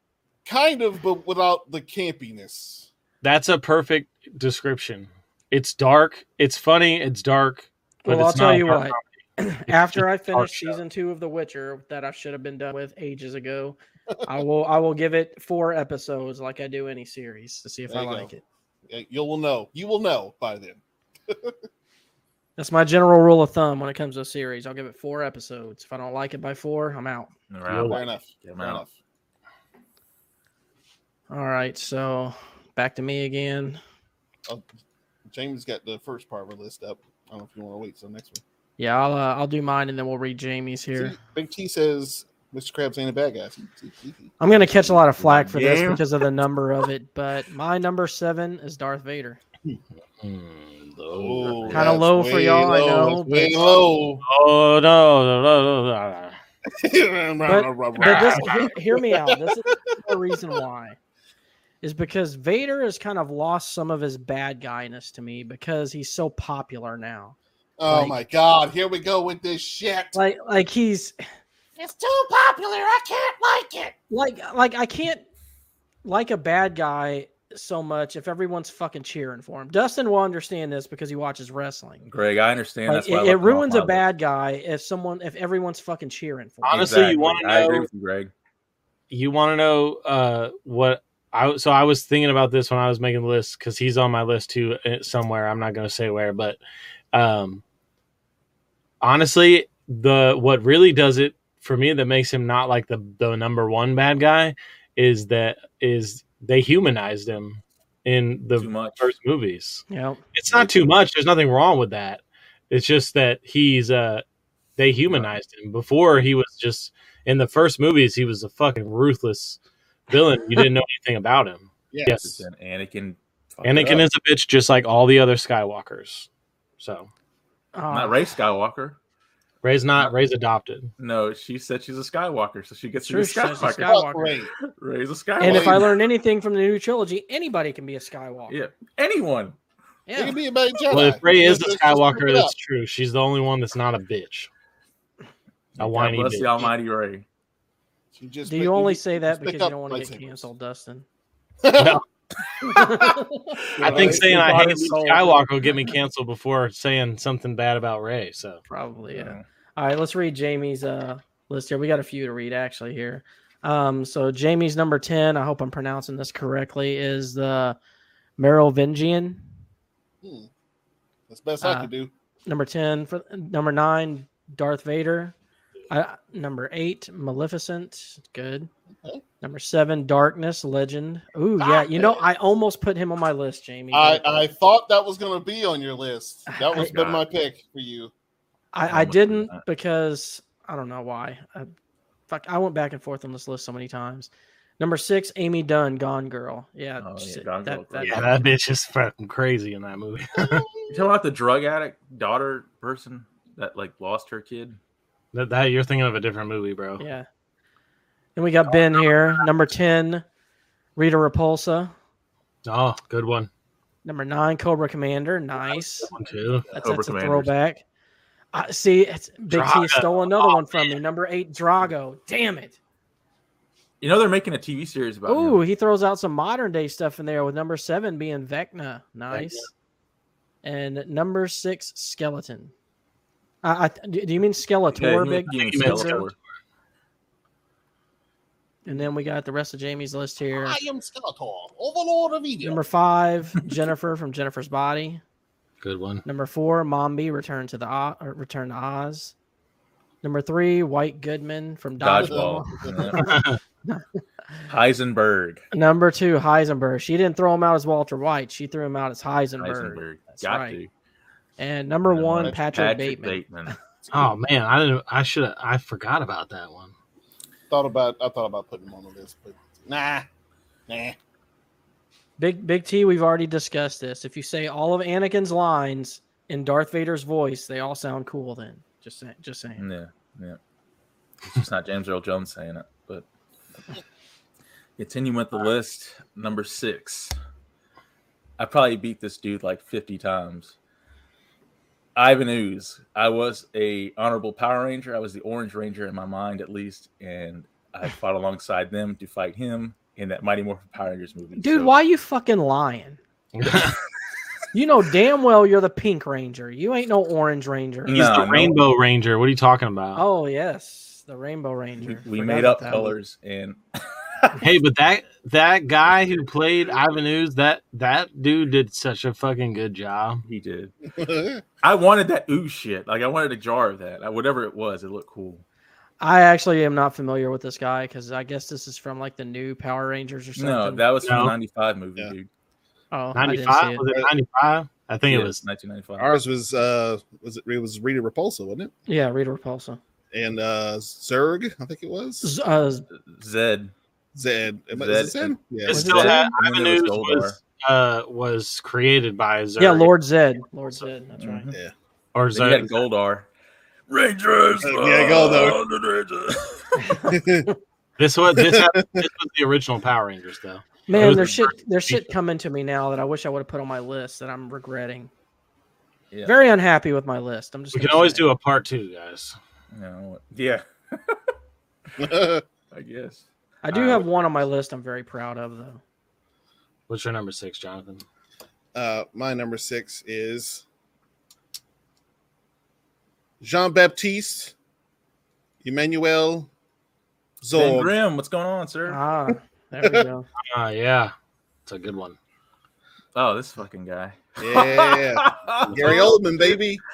kind of, but without the campiness. That's a perfect description. It's dark. It's funny. It's dark. But well, I'll it's not tell you dark what. comedy. After I finish show. season two of The Witcher, that I should have been done with ages ago, I will I will give it four episodes like I do any series to see if There I you go. like it. Uh, You will know. You will know by then. That's my general rule of thumb when it comes to a series. I'll give it four episodes. If I don't like it by four, I'm out. All You'll Fair right. enough. Get 'em Fair out. enough. All right, so back to me again. Oh, James got the first part of our list up. I don't know if you want to wait till next one. Yeah, I'll uh, I'll do mine and then we'll read Jamie's here. See, Big T says Mr. Krabs ain't a bad guy. See, see, see, see. I'm gonna catch a lot of flack for this Damn. because of the number of it, but my number seven is Darth Vader. Hmm, the Oh, ogre. Kinda that's low for way y'all, I low. know, That's Way but- low. Oh no, no, no, no, no. But this, hear, hear me out. This is the reason why is because Vader has kind of lost some of his bad guyness to me because he's so popular now. oh like- my god, here we go with this shit. Like, like he's It's too popular. I can't like it. like, like I can't like a bad guy so much if everyone's fucking cheering for him. Dustin will understand this because he watches wrestling. Greg, I understand. Like, That's why it, I left it him off ruins my a list. bad guy if someone if everyone's fucking cheering for him. Honest- Honestly, you wanna I agree know- with you, Greg. You want to know uh, what I? So I was thinking about this when I was making the list because he's on my list too uh, somewhere. I'm not going to say where, but um, honestly, the what really does it for me that makes him not like the the number one bad guy is that is they humanized him in Too the much. first movies. Yeah, It's not too much. There's nothing wrong with that. It's just that he's uh they humanized him. Before he was just in the first movies he was a fucking ruthless villain. You didn't know anything about him. Yes. And Anakin. fucked it Anakin up. is a bitch just like all the other Skywalkers. So Uh, not Ray Skywalker. Ray's not Ray's adopted. No, she said she's a Skywalker, so she gets to Sure, be a she says she's Skywalker. Skywalker. Fuck Ray. Ray's a Skywalker. And if I Wait. learn anything from the new trilogy, anybody can be a Skywalker. yeah, anyone. It Yeah. could be a bad Jedi. Well, if Ray is the Just- just look Skywalker, it up. that's true. She's the only one that's not a bitch. A God whiny bless the bitch. Almighty Ray. She just Do pick- you only say that just pick because you up don't want to get lightsabers. canceled, Dustin? Well, I Right. think saying I Bought hate his Luke soul. Skywalker will get me canceled before saying something bad about Ray. So Probably, yeah. All right, let's read Jamie's uh, list here. We got a few to read actually here. Um, so Jamie's number ten. I hope I'm pronouncing this correctly. Is the Merovingian Hmm. That's best Uh, I could do. number ten for number nine? Darth Vader. Uh, number eight, Maleficent. Good. Okay. Number seven, Darkness Legend. Ooh, yeah. You know, I almost put him on my list, Jamie. I, but I thought that was going to be on your list. Ah, That was I- been my pick for you. I I, I almost did didn't that. because I don't know why. I, fuck, I went back and forth on this list so many times. Number six, Amy Dunn, Gone Girl. Yeah, Oh, yeah, shit, Gone that- Girl, that- yeah, that bitch is fucking crazy in that movie. You talking about the drug addict daughter person that like lost her kid? That, that you're thinking of a different movie, bro. yeah. Then we got Ben here, number ten, Rita Repulsa, Oh, good one. number nine, Cobra Commander. Nice, Good one too. that's, Cobra that's a Commanders. throwback. I see, it's, Big T Drago. stole another Oh, one from me. Number eight, Drago. Damn it! You know they're making a TV series about Ooh, him. he throws out some modern day stuff in there with number seven being Vecna. Nice. And number six, Skeleton. I, I, do do you mean Yeah, Skeletor, he- Big? he and he meant Skeletor. And then we got the rest of Jamie's list here. I am Skeletor, Overlord of Evil. Number five, Jennifer from Jennifer's Body. Good one. Number four, Mombi, Return to the O- or Return to Oz. Number three, White Goodman from Dodgeball. Dodgeball. Yeah. Heisenberg. Number two, Heisenberg. She didn't throw him out as Walter White. She threw him out as Heisenberg. Heisenberg. That's Got right. to. And number Number one, one, Patrick, Bateman. Oh man, I didn't. I should. I forgot about that one. Thought about I thought about putting him on the list, but nah, nah. Big Big T, we've already discussed this. If you say all of Anakin's lines in Darth Vader's voice, they all sound cool then. Just saying just saying. Yeah, yeah. It's just not James Earl Jones saying it, but continue with the list. Number six. I probably beat this dude like 50 times. Ivan Ooze. I was a honorable Power Ranger. I was the Orange Ranger in my mind, at least, and I fought alongside them to fight him in that Mighty Morphin Power Rangers movie. Dude, So- why you fucking lying? You know damn well you're the pink ranger. You ain't no orange ranger. No, He's the no. Rainbow Ranger. What are you talking about? Oh yes, the Rainbow Ranger. We Forgot made about up that. colors, and Oh. Hey, but that that guy who played Ivan Ooze, that that dude did such a fucking good job. he did. I wanted that ooze shit. Like I wanted a jar of that. I, whatever it was, it looked cool. I actually am not familiar with this guy because I guess this is from like the new Power Rangers or something. No, that was from No. the 95 movie, Yeah. dude. oh, I Ninety didn't see five it. was it? Ninety five? I think Yeah, it was. 1995. Ours was uh was it, it was Rita Repulsa, wasn't Yeah, Rita Repulsa. it? And uh Zerg, I think it was. Z- Uh, Zed. Zed. Am I- is it Zed. Zed? Yeah. It Was still that- had and Ivan then there Ooze was was uh was created by Zerg. yeah, Lord Zed. Lord Zed. That's right. Mhm. or Then you Zerg. had Goldar. Rangers. Uh, yeah, Goldar. uh, the Rangers. This was this, had, this was the original Power Rangers though. Man, was there's the shit there's shit feature. coming to me now that I wish I would have put on my list that I'm regretting. Yeah. Very unhappy with my list. I'm just We gonna can always say it. do a part two, guys. No, yeah, I guess. I do Uh, have one on my list I'm very proud of though. What's your number six, Jonathan? Uh, my number six is Jean Baptiste Emmanuel Ben Zorg. Grimm, what's going on, sir? Uh, Ah, there we go. Ah, yeah, it's a good one. oh, this fucking guy. Yeah, Gary Oldman, baby.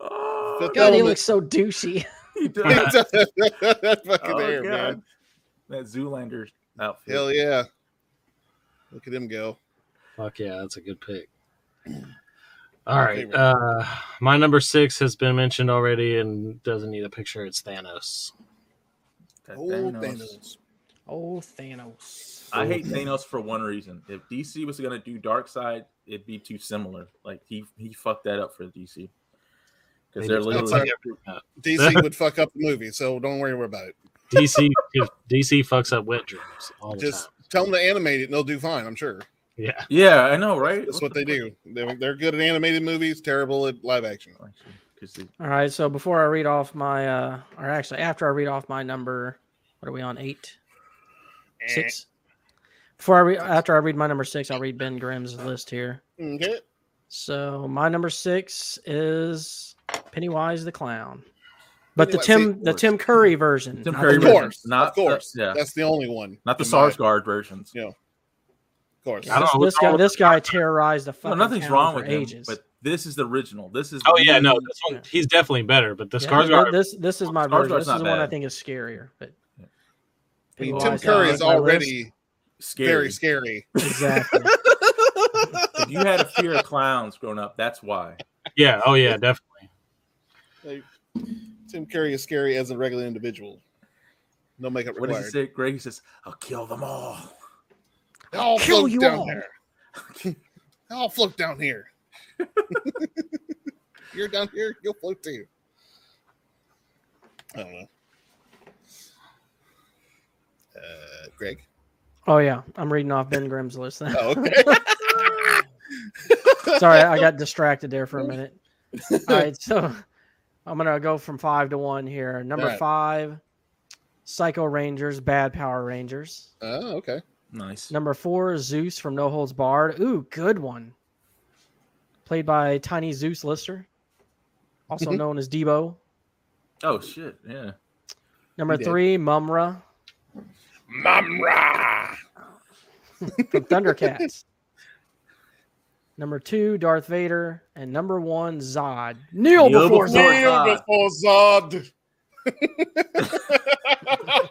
Oh, God, he Element. looks so douchey. he does. Fucking Oh, there, God. man. That Zoolander outfit. Hell yeah. Look at him go. Fuck yeah, that's a good pick. All right, favorite. uh, my number six has been mentioned already and doesn't need a picture. It's Thanos. That Old Thanos. Thanos. Oh, Thanos. I hate Thanos for one reason. If DC was gonna do Dark Side, it'd be too similar. Like he he fucked that up for DC They because they're just- That's literally all right. DC would fuck up the movie, so don't worry about it. DC DC fucks up wet dreams all the Just time. tell them to animate it, and they'll do fine. I'm sure. Yeah, yeah, I know, right? That's what they do. They're, they're good at animated movies, terrible at live action. Because All right, so before I read off my uh or actually after I read off my number, what are we on? Eight? Six? Eh. Before I re- after I read my number six, I'll read Ben Grimm's list here. Okay. So my number six is Pennywise the Clown. But the Pennywise, Tim of the course. Tim Curry version. Tim not Curry the- version. versions, not of course. The, yeah, That's the only one. not the in my- SARS guard versions. Yeah. Of course. I don't know This what's guy, wrong with this guy terrorized the No, fucking nothing's town wrong for with him, ages. but this is the original. This is Oh yeah, no, really- this one he's definitely better, but the Yeah, Skarsgård. this this is my Skarsgård's version. This is not the one I bad. think is scarier. But Yeah. I mean, Tim Pennywise Curry on is my list. already scary. very scary. exactly. if you had a fear of clowns growing up, that's why. Yeah, oh yeah, definitely. Tim Curry is scary as a regular individual. No makeup What does he required. say? Greg he says, "I'll kill them all." They all Kill float you down all. there. They all float down here. You're down here, you'll float too. I don't know. Uh, Greg. Oh yeah, I'm reading off Ben Grimm's list. Then. Oh, okay. Sorry, I got distracted there for a minute. All right, so I'm gonna go from five to one here. Number All right. five, Psycho Rangers, Bad Power Rangers. Oh, okay. Nice. Number four, Zeus from No Holds Barred. Ooh, good one. Played by Tiny Zeus Lister, Mm-hmm. also known as Debo. Oh shit, yeah. Number did. three, Mumra Mamra. from Thundercats. number two, Darth Vader, and number one, Zod. Kneel Kneel before before Zod. Zod. before Zod. And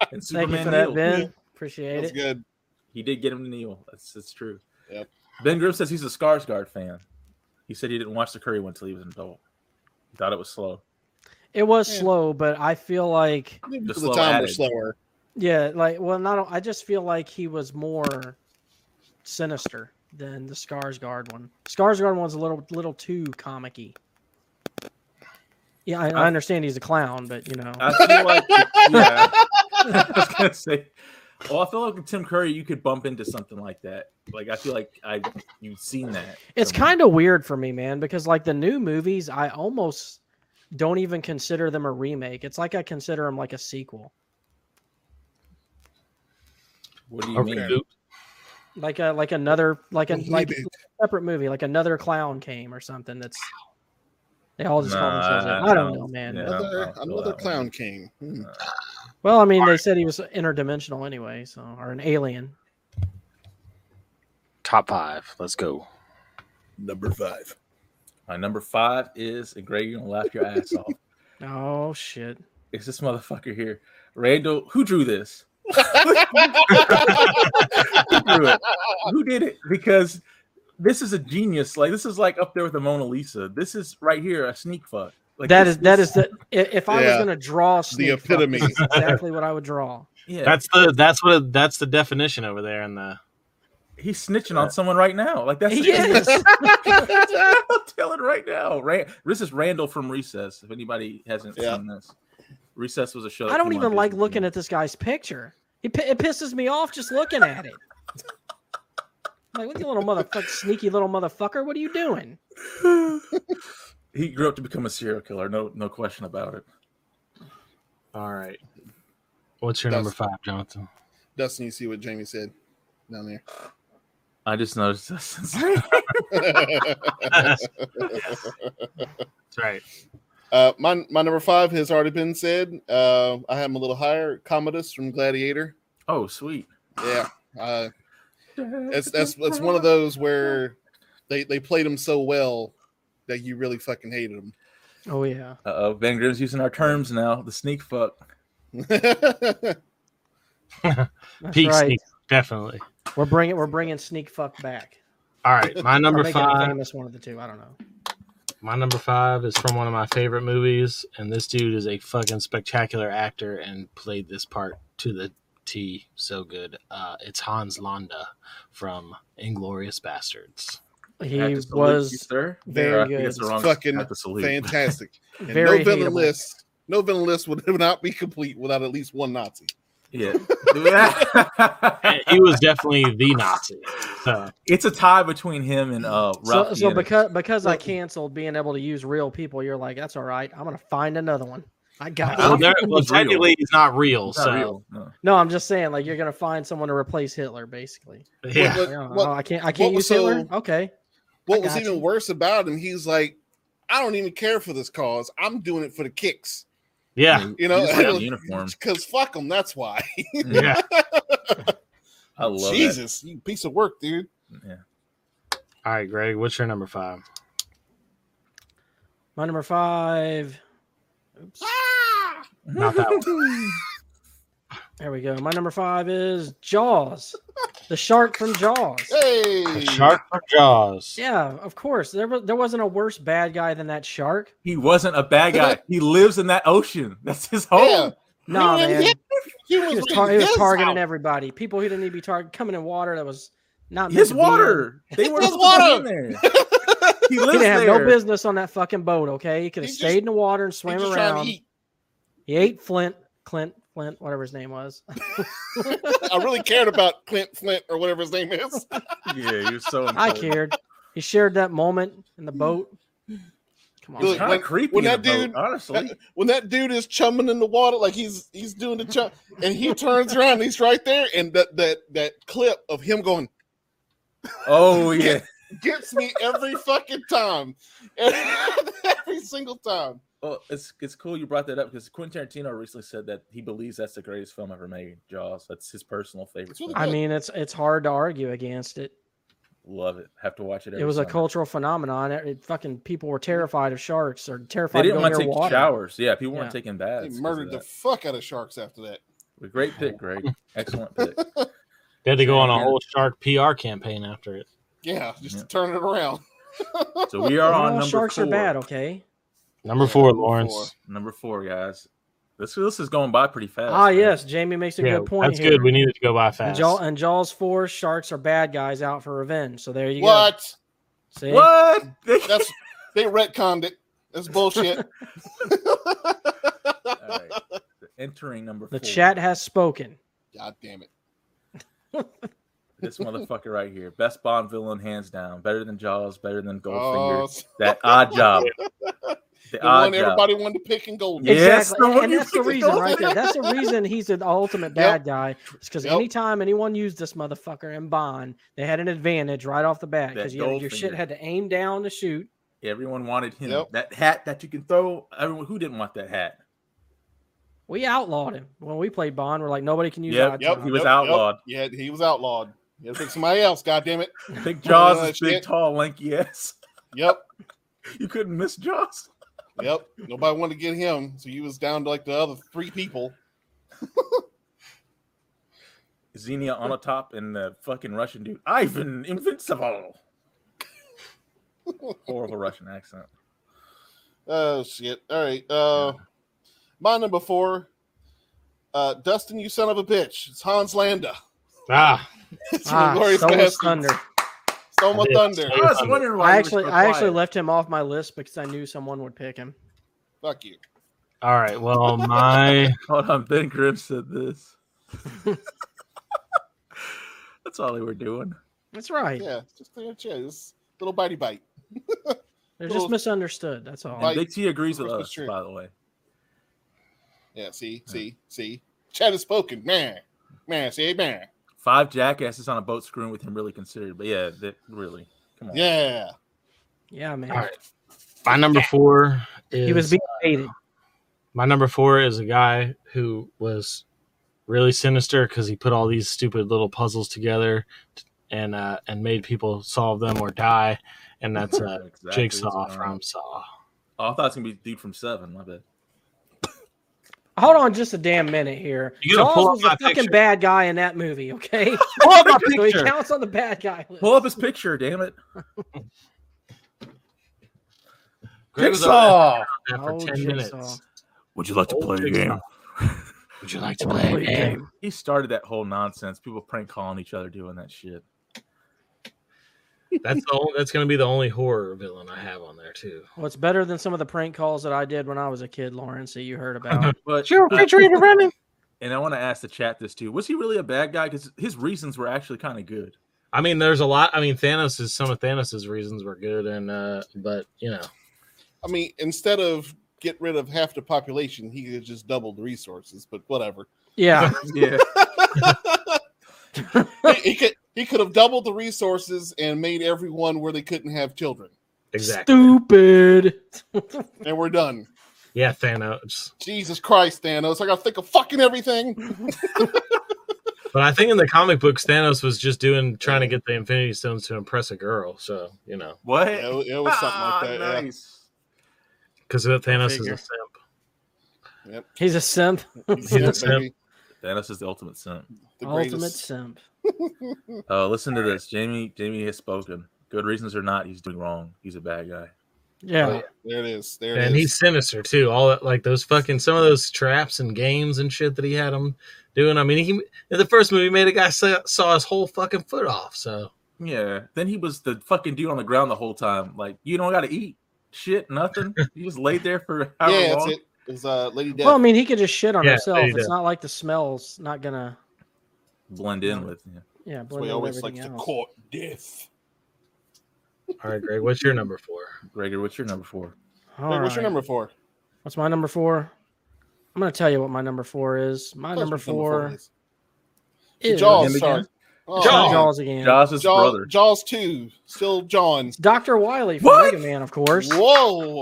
Thank you Superman for that, kneeled. Ben. Appreciate That's it. good. He did get him to kneel. That's that's true. Yep. Ben Grimm says he's a Skarsgård fan. He said he didn't watch the Curry one until he was an adult. He thought it was slow. It was Yeah. slow, but I feel like Maybe The for the slow time we're added. slower. yeah, like well, not I just feel like he was more sinister than the Skarsgård one. Skarsgård one's a little little too comicky. Yeah, I, I I- understand he's a clown, but you know, I feel like yeah. I was gonna say. Well, I feel like with Tim Curry, you could bump into something like that. Like I feel like I you've seen that. It's kind of weird for me, man, because like the new movies, I almost don't even consider them a remake. It's like I consider them like a sequel, What do you A mean? reboot. like a like another like a like Reboot. a separate movie, like another clown came or something. That's they all just call Nah, themselves. it. I I don't don't- know, man. yeah. I another Oh, don't feel that another one. clown king. Hmm. Well, I mean, they said he was interdimensional anyway, so or an alien. Top five. Let's go. Number five. My number five is, and Greg, you're gonna laugh your ass off. Oh shit! It's this motherfucker here, Randall. Who drew this? who drew it? Who did it? Because this is a genius. Like this is like up there with the Mona Lisa. This is right here a sneak fuck. Like that this- is that this- is the i- if I was Yeah. gonna draw Sneak Fuck, this epitome. is exactly what I would draw. yeah. That's the that's what that's the definition over there in the he's snitching on someone right now. Like that's He is. I'll tell it right now. Ran- this is Randall from Recess. If anybody hasn't Yeah. seen this, Recess was a show. that I don't came on even like Disney looking Channel. at this guy's picture. He, pi- it pisses me off just looking at it. Like, what you little motherfucker, sneaky little motherfucker? What are you doing? He grew up to become a serial killer. No, no question about it. all right. What's your That's- number five, Jonathan? Dustin, you see what Jamie said down there. I just noticed this. that's right. uh, my my number five has already been said. Uh, I have him a little higher. Commodus from Gladiator. oh, sweet. Yeah, uh, that's that's that's one of those where they they played him so well that you really fucking hated him. Oh yeah, Uh oh, Van Grimm's using our terms now. The sneak fuck. that's Peak right. sneak, definitely. We're bringing we're bringing sneak fuck back. All right, my Or number making five. a famous one of the two. I don't know. My number five is from one of my favorite movies, and this dude is a fucking spectacular actor and played this part to the T so good. Uh, it's Hans Landa from Inglorious Bastards. He I have to salute you, was sir. very Or I think good. that's the wrong- Fucking I have to salute. Fantastic. And very no villain hateable. list. No villain list would not be complete without at least one Nazi. Yeah. He was definitely the Nazi. So it's a tie between him and uh Ralph. So, so Fiennes. because because I canceled being able to use real people, you're like, that's all right. I'm gonna find another one. I got uh, well, it. there- He's well, real. technically he's not real. It's not so real, no. No, I'm just saying, like, you're gonna find someone to replace Hitler, basically. yeah, What- Yeah, what- oh, I can't I can't what use was Hitler. so- Okay. What I was got even you. worse about him, he's like, I don't even care for this cause. I'm doing it for the kicks. yeah, You know, He just had the uniform. because fuck them. That's why. yeah. I love Jesus. Jesus, you piece of work, dude. Yeah. All right, Greg, what's your number five? My number five. Oops. Not that one. There we go. My number five is Jaws, the shark from Jaws. Hey, The Shark from Jaws. Yeah, of course. There, wa- there wasn't a worse bad guy than that shark. He wasn't a bad guy. he lives in that ocean. That's his home. No, nah, You and man. him? He He was, was, tar- he was targeting targeting everybody. People who didn't need to be targeted coming in water that was not meant His to be water. They were His his water. In there. He in. He lives didn't have there. no business on that fucking boat. Okay, he could have He just- stayed in the water and swam just trying around. to eat. He ate Flint, Clint, Flint, whatever his name was. I really cared about Clint Flint or whatever his name is. Yeah, you're so. I important. cared. He shared that moment in the boat. Come on, It was Look, man. kind when- of creepy. when in that the boat, dude- honestly, When that dude is chumming in the water, like he's he's doing the chum, and he turns around, and he's right there, and that that that clip of him going oh yeah. gets me every fucking time, every single time. Well, it's it's cool you brought that up because Quentin Tarantino recently said that he believes that's the greatest film ever made, Jaws. That's his personal favorite. It's really film. I mean, it's it's hard to argue against it. Love it. Have to watch it. Every it was a Sunday. cultural phenomenon. It, it fucking people were terrified of sharks or They terrified of didn't going want near to take water. showers. Yeah, people Yeah. weren't taking They baths. 'cause of murdered the that. fuck out of sharks after that. But Great pick, Greg. Excellent pick. They had to go on a Yeah. whole shark PR campaign after it. Yeah, just Yeah. to turn it around. So we are Not on all number sharks four. are bad. Okay. Number Yeah, four, number Lawrence. four. Number four, guys. This this is going by pretty fast. Ah, man. yes. Jamie makes a Yeah, good point. that's here. good. We needed to go by And, fast. Jaw, and Jaws four sharks are bad guys out for revenge. So there you What? go. See? What? That's they retconned it. That's bullshit. All right. Entering number The four. chat has spoken. God damn it. This motherfucker right here. Best Bond villain, hands down. Better than Jaws. Better than Goldfinger. Oh, That odd job. The, the odd one job. everybody wanted to pick in gold. Yeah. Yes, exactly. the And- one And you that's the picked reason up. right there. That's the reason he's the ultimate bad guy. because Yep. anytime anyone used this motherfucker in Bond, they had an advantage right off the bat That because you had- your Goldfinger. shit had to aim down to shoot. Everyone wanted him. Yep. That hat that you can throw. Everyone who didn't want that hat. We outlawed him when we played Bond. We're like nobody can use Yep. that. Yep, time. He was yep, outlawed. Yep. Yeah, he was outlawed. You gotta pick somebody else. God damn it. Big Oh, Jaws is shit. big, tall, lanky ass. Yep. You couldn't miss Jaws. Yep. Nobody wanted to get him, so you was down to like the other three people. Xenia on the top and the fucking Russian dude. Ivan Invincible. Horrible Russian accent. Oh shit. All right. Uh my number four. Uh Dustin, you son of a bitch. It's Hans Landa. Ah, It's from Ah, Inglourious Soul Basterds. Thunder. Stole my Yeah. thunder. I was wondering why I you actually, were so I actually quiet. left him off my list because I knew someone would pick him. Fuck you. all right. Well, my Hold on, then Grim said this. That's all they were doing. That's right. Yeah, it's just there, yeah, it's a little bitey bite. They're just Cool. misunderstood. That's all. And Like, Big T agrees with Oh, Christmas us, tree. by the way. Yeah, see, see, see. Chad has spoken. Man, man, see, man. Five jackasses on a boat screwing with him really considered, but yeah, that really. Come on. Yeah. Yeah, man. all right. My number four is He was being hated. my number four is a guy who was really sinister because he put all these stupid little puzzles together and uh, and made people solve them or die, and that's uh, Exactly what's Jigsaw going on. from Saw. Oh, I thought it was gonna be the dude from Seven. My bad. Hold on just a damn minute here. You gotta Jaws pull up was the my fucking picture. bad guy in that movie, okay? Pull up my so he picture. counts on the bad guy list. Pull up his picture, damn it. Greg was up there for Oh, ten Jigsaw. minutes. Would you like to play a game? Would you like to play a game? He started that whole nonsense. People prank calling each other doing that shit. That's the only, that's gonna be the only horror villain I have on there too. Well, it's better than some of the prank calls that I did when I was a kid, Lawrence, that you heard about. But uh, Sure, picture even running. and I want to ask the chat this too. Was he really a bad guy? Because his reasons were actually kind of good. I mean, there's a lot. I mean, Thanos is some of Thanos' reasons were good, and uh, but you know, I mean, instead of get rid of half the population, he could just double the resources, but whatever. yeah. Yeah, he, he could he could have doubled the resources and made everyone where they couldn't have children. exactly. Stupid. And we're done. Yeah, Thanos. Jesus Christ, Thanos. I gotta think of fucking everything. But I think in the comic books, Thanos was just doing trying to get the Infinity Stones to impress a girl. So you know, what? Yeah, it, it was something Ah, like that. yeah. Nice. because Thanos is figure. a simp. He's a simp. He's a Yeah, simp. baby. Thanos is the ultimate simp. The Ultimate greatest. simp. Uh, listen to this, Jamie. Jamie has spoken. Good reasons or not, he's doing wrong. He's a bad guy. Yeah. Yeah, There it is. There it is. and he's sinister too. All that, like those fucking some of those traps and games and shit that he had him doing. I mean, he in the first movie made a guy saw, saw his whole fucking foot off. So Yeah. Then he was the fucking dude on the ground the whole time. Like you don't got to eat shit, nothing. you just laid there for however yeah, that's long. it. It was uh, Lady Death. Well, I mean, he could just shit on Yeah, himself. there you It's go. not like the smell's not gonna, Blend in with. Yeah. yeah, That's why blend he in with always likes everything to else. court death. all right, Greg, what's your number four? Gregor, what's your number four? All Wait, what's your right. number four? What's my number four? I'm gonna tell you what my number four is. My That's number what four is. is Jaws, Him sorry. again? Oh, Jaws. Jaws again. Jaws' is Jaws, brother. Jaws 2, still John. Doctor Wiley from What? Mega Man, of course. Whoa.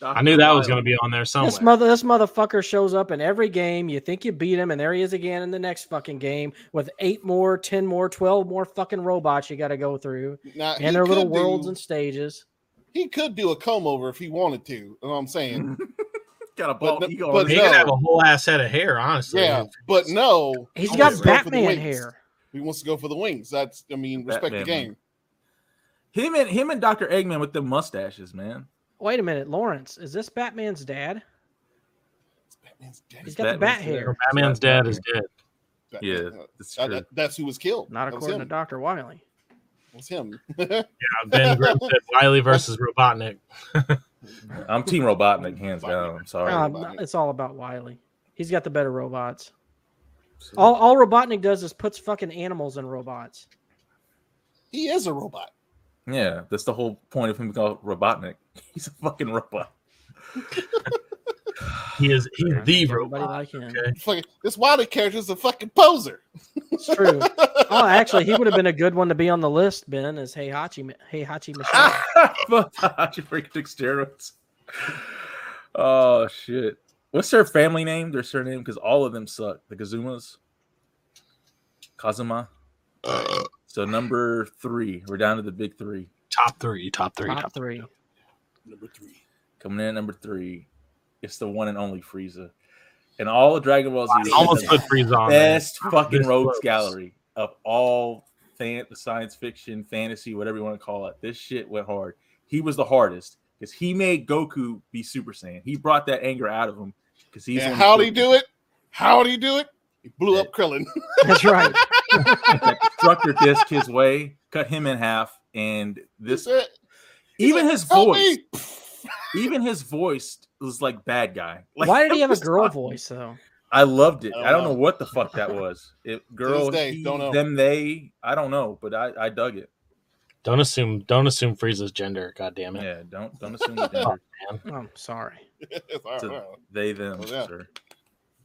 I knew that was going to be on there This somewhere. mother, this motherfucker shows up in every game. You think you beat him, and there he is again in the next fucking game with eight more, ten more, twelve more fucking robots you got to go through, Now, Uh, he and their little could worlds do- and stages. he could do a comb over if he wanted to. You know what I'm Mm-hmm. saying? Got a bald but- eagle. but on He his no. could head. have a whole ass head of hair, honestly. yeah, but no, He's he got wants to go for the Batman wings. hair. He wants to go for the wings. That's I mean, respect Batman the game. Him and him and Doctor Eggman with the mustaches, man. Wait a minute, Lawrence, is this Batman's dad? Batman's He's dead. got the bat Batman's hair. hair. Batman's dad is dead. Yeah, Batman- it's that- true. that- that's who was killed. Not That was according to him. Doctor Wiley. That was him. Yeah, Ben Grimm said Wiley versus Robotnik. I'm Team Robotnik, hands down. I'm sorry. Uh, Robotnik. it's all about Wiley. He's got the better robots. All, all Robotnik does is puts fucking animals in robots. He is a robot. yeah, that's the whole point of him called Robotnik. He's a fucking robot. He is he's the Oh, Everybody robot. like him. Okay. It's like this Wiley character is a fucking poser. It's true. oh, actually, he would have been a good one to be on the list. Ben is Heihachi, Heihachi Michelle. Fibonacci freaking steroids. Oh shit! What's their family name? Their surname? Because all of them suck. The Kazumas, Kazuma. Uh, So number three, we're down to the big three. Top three, top three, top, Top three. Number three. Coming in at number three, it's the one and only Frieza, and all of Dragon Ball Z. three. I almost is put Freeze on. there. best fucking This rogues close. gallery of all fan- science fiction, fantasy, whatever you want to call it. This shit went hard. He was the hardest because he made Goku be Super Saiyan. He brought that anger out of him because he's and how'd he do it? How'd he do it? He blew up Krillin. That's right. Structured disc his way, cut him in half, and this That's it. He's even like, his "Help voice, me!" even his voice was like bad guy. Like, Why did he have a it was girl fucking- voice though? I loved it. I don't I don't know. know what the fuck that was. It girl, day, he, don't know. them, they. I don't know, but I, I dug it. Don't assume don't assume Frieza's gender, god damn it. Yeah, don't don't assume the gender. I'm sorry. It's all right, So- all right. They them. Oh, yeah. sir.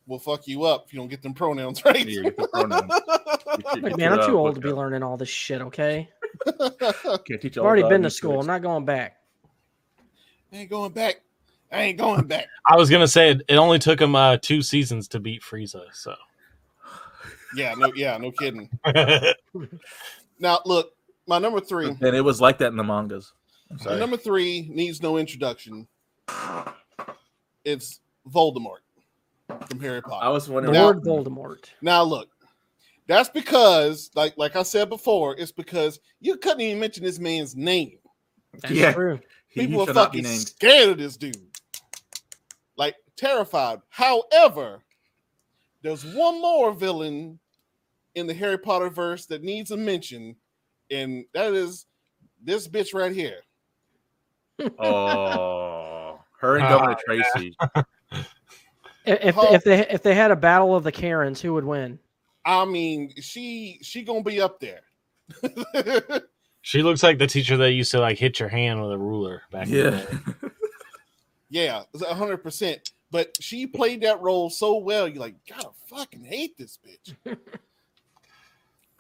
We'll fuck you up if you don't get them pronouns right. Yeah, get the pronoun. Get your- Look, get man, your, I'm uh, too old to book be up. learning all this shit. Okay, Can't teach I've old already dog been new to school. I'm tricks. not going back. I ain't going back. I ain't going back. I was gonna say it, it only took him uh, two seasons to beat Frieza, so Yeah, no, yeah, no kidding. Now look, my number three. And it was like that in the mangas. I'm My sorry. number three needs no introduction. It's Voldemort from Harry Potter. I was The wondering. Lord Voldemort. Now look, that's because, like, like I said before, it's because you couldn't even mention this man's name. That's Yeah. true. He, he People are should not be fucking named. scared of this dude, like terrified. However, there's one more villain in the Harry Potter verse that needs a mention, and that is this bitch right here. Oh, her and Oh, Ah, Governor Tracy. If, if, Hulk. if they if they had a battle of the Karens, who would win? I mean, she she gonna be up there. she looks like the teacher that used to like hit your hand with a ruler back in the Yeah. day. yeah, hundred percent. But she played that role so well. You're like, God, I fucking hate this bitch.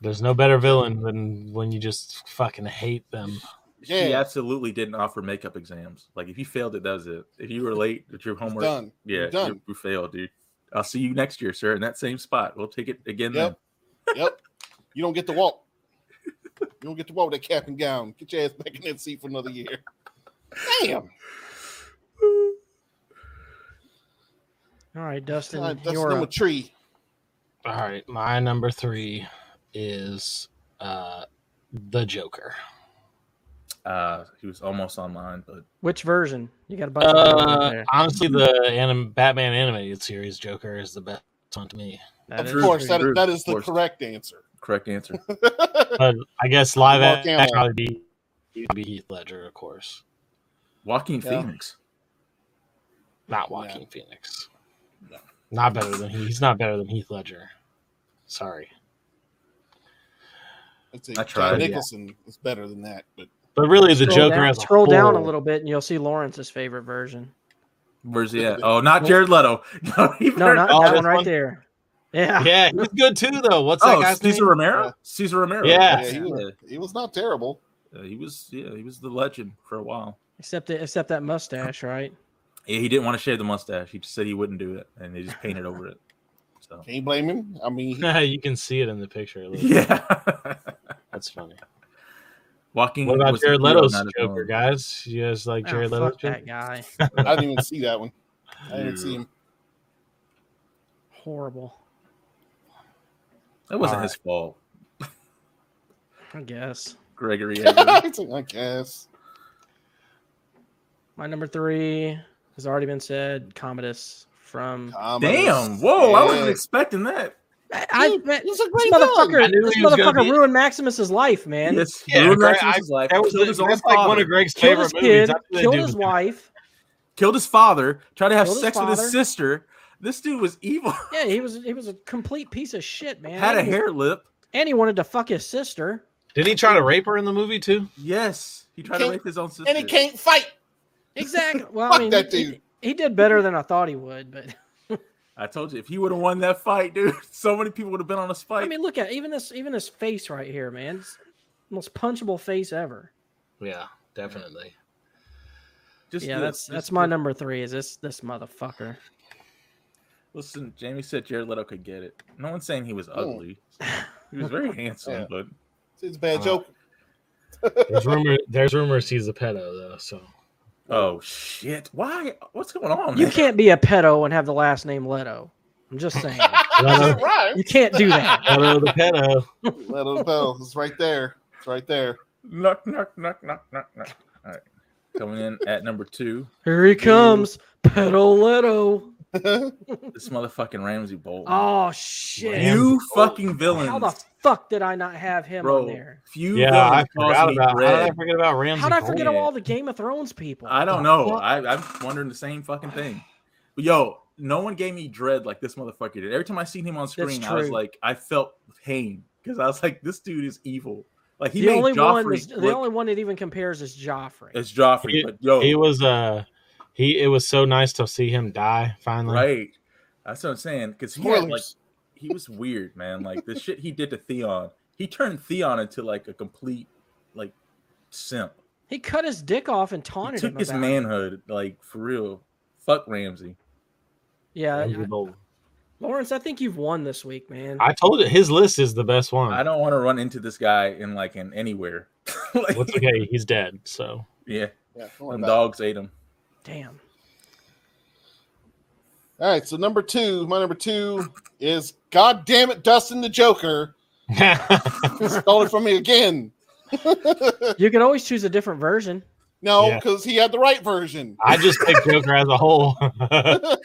There's no better villain than when you just fucking hate them. Yeah. She absolutely didn't offer makeup exams. Like if you failed it, that was it. If you were late with your homework, done. yeah, You're you- done. you failed, dude. I'll see you next year, sir, in that same spot. We'll take it again. Yep. Yep. You don't get to walk. You don't get to walk with that cap and gown. Get your ass back in that seat for another year. Damn. All right, Dustin, All right, that's you're number up. three. All right, my number three is uh the Joker. Then. Uh, he was almost online, but which version? You got a bunch of versions Uh, there. honestly, the anim- Batman animated series Joker is the best one to me. That of is course, true. that, true. that is the Of course. correct answer. correct answer. But I guess live Mark action that'd probably be, be Heath Ledger, of course, Joaquin Yeah. Phoenix. not Joaquin Phoenix. Not better than he, he's not better than Heath Ledger. Sorry, Let's see. I John tried, yeah. Nicholson is better than that, but but really the Scroll Joker down, as a scroll down a whole- little bit, and you'll see Lawrence's favorite version. Where's he at? Oh, not Jared Leto. No, he- No, not Oh, that this one right one? there. Yeah. Yeah, he's good too, though. What's that Oh, guy's Cesar name? Romero. Yeah. Cesar Romero. Yeah. yeah, he, was, he was not terrible. Uh, he was. Yeah, he was the legend for a while. Except that, except that mustache, right? Yeah, he didn't want to shave the mustache. He just said he wouldn't do it, and they just painted over it. So Can you blame him? I mean, he- you can see it in the picture. Luke. yeah, That's funny. walking. What about was the Jared hero, Leto's not his Joker, own. guys? You guys like Oh, Jared fuck Leto's Joker? that guy. I didn't even see that one. I didn't see him. Horrible. That wasn't All his fault. I guess. Gregory. Edwards. It's like, I guess. My number three has already been said. Commodus from. Damn! Whoa! I wasn't Yes. expecting that. I, I, man, he's this a great motherfucker, I knew this he was gonna motherfucker be- ruined Maximus's life, man. Yes, Yeah, ruined Greg, Maximus's life. That was killed the- his own that's like one father. of Greg's killed favorite his movies. kid, That's what they killed do his with him. wife. killed his father. Tried to have Killed his sex with his father. sister. This dude was evil. Yeah, he was he was a complete piece of shit, man. Had a and, he- hair lip. and he wanted to fuck his sister. Didn't he try to rape her in the movie too? Yes, he tried to Can't- rape his own sister. And he can't fight. Exactly. Well, Fuck I mean, that he- dude. He, he did better than I thought he would, but I told you, if he would have won that fight, dude, so many people would have been on his fight. I mean, look at even this even this face right here, man. It's the most punchable face ever. Yeah, definitely. just yeah, this, that's just that's my this. number three. Is this this motherfucker? Listen, Jamie said Jared Leto could get it. No one's saying he was Oh. ugly. He was very handsome, Yeah. but It's a bad Uh, joke. There's rumor. There's rumors he's a pedo though. So oh shit, why? What's going on? You man? can't be a pedo and have the last name Leto. I'm just saying. Leto, right. you can't do that. Leto the pedo. Let him know. It's right there. It's right there. Knock, knock, knock, knock, knock, knock. All right, coming in at number two, Here he comes, pedo Leto. this motherfucking Ramsey Bolt. Oh shit! you fucking villains, How the fuck did I not have him bro. on there? Few Yeah, I villains forgot cause about. How me did I dread. forget about Ramsey? How did I forget Bolt. all the Game of Thrones people? I don't The know. fuck? I, I'm wondering the same fucking thing. But yo, no one gave me dread like this motherfucker did. Every time I seen him on screen, I was true. like, I felt pain because I was like, this dude is evil. Like he the made only Joffrey one is, the look only one that even compares is Joffrey. as Joffrey, He- but yo, He was uh he it was so nice to see him die finally. right? That's what I'm saying. Because he had, like he was weird, man. Like the shit he did to Theon, he turned Theon into like a complete like simp. He cut his dick off and He taunted took him. his about it. manhood, like for real. Fuck Ramsey. Yeah, Ramsey I- Bolt. Lawrence, I think you've won this week, man. I told you his list is the best one. I don't want to run into this guy in like in anywhere. Like- It's okay, he's dead. So Yeah, Yeah, don't worry them about it. dogs ate him. Damn. All right, so number two, my number two is God damn it, Dustin the Joker stole it from me again. You could always choose a different version. No, Yeah. because he had the right version. I just picked Joker as a whole. the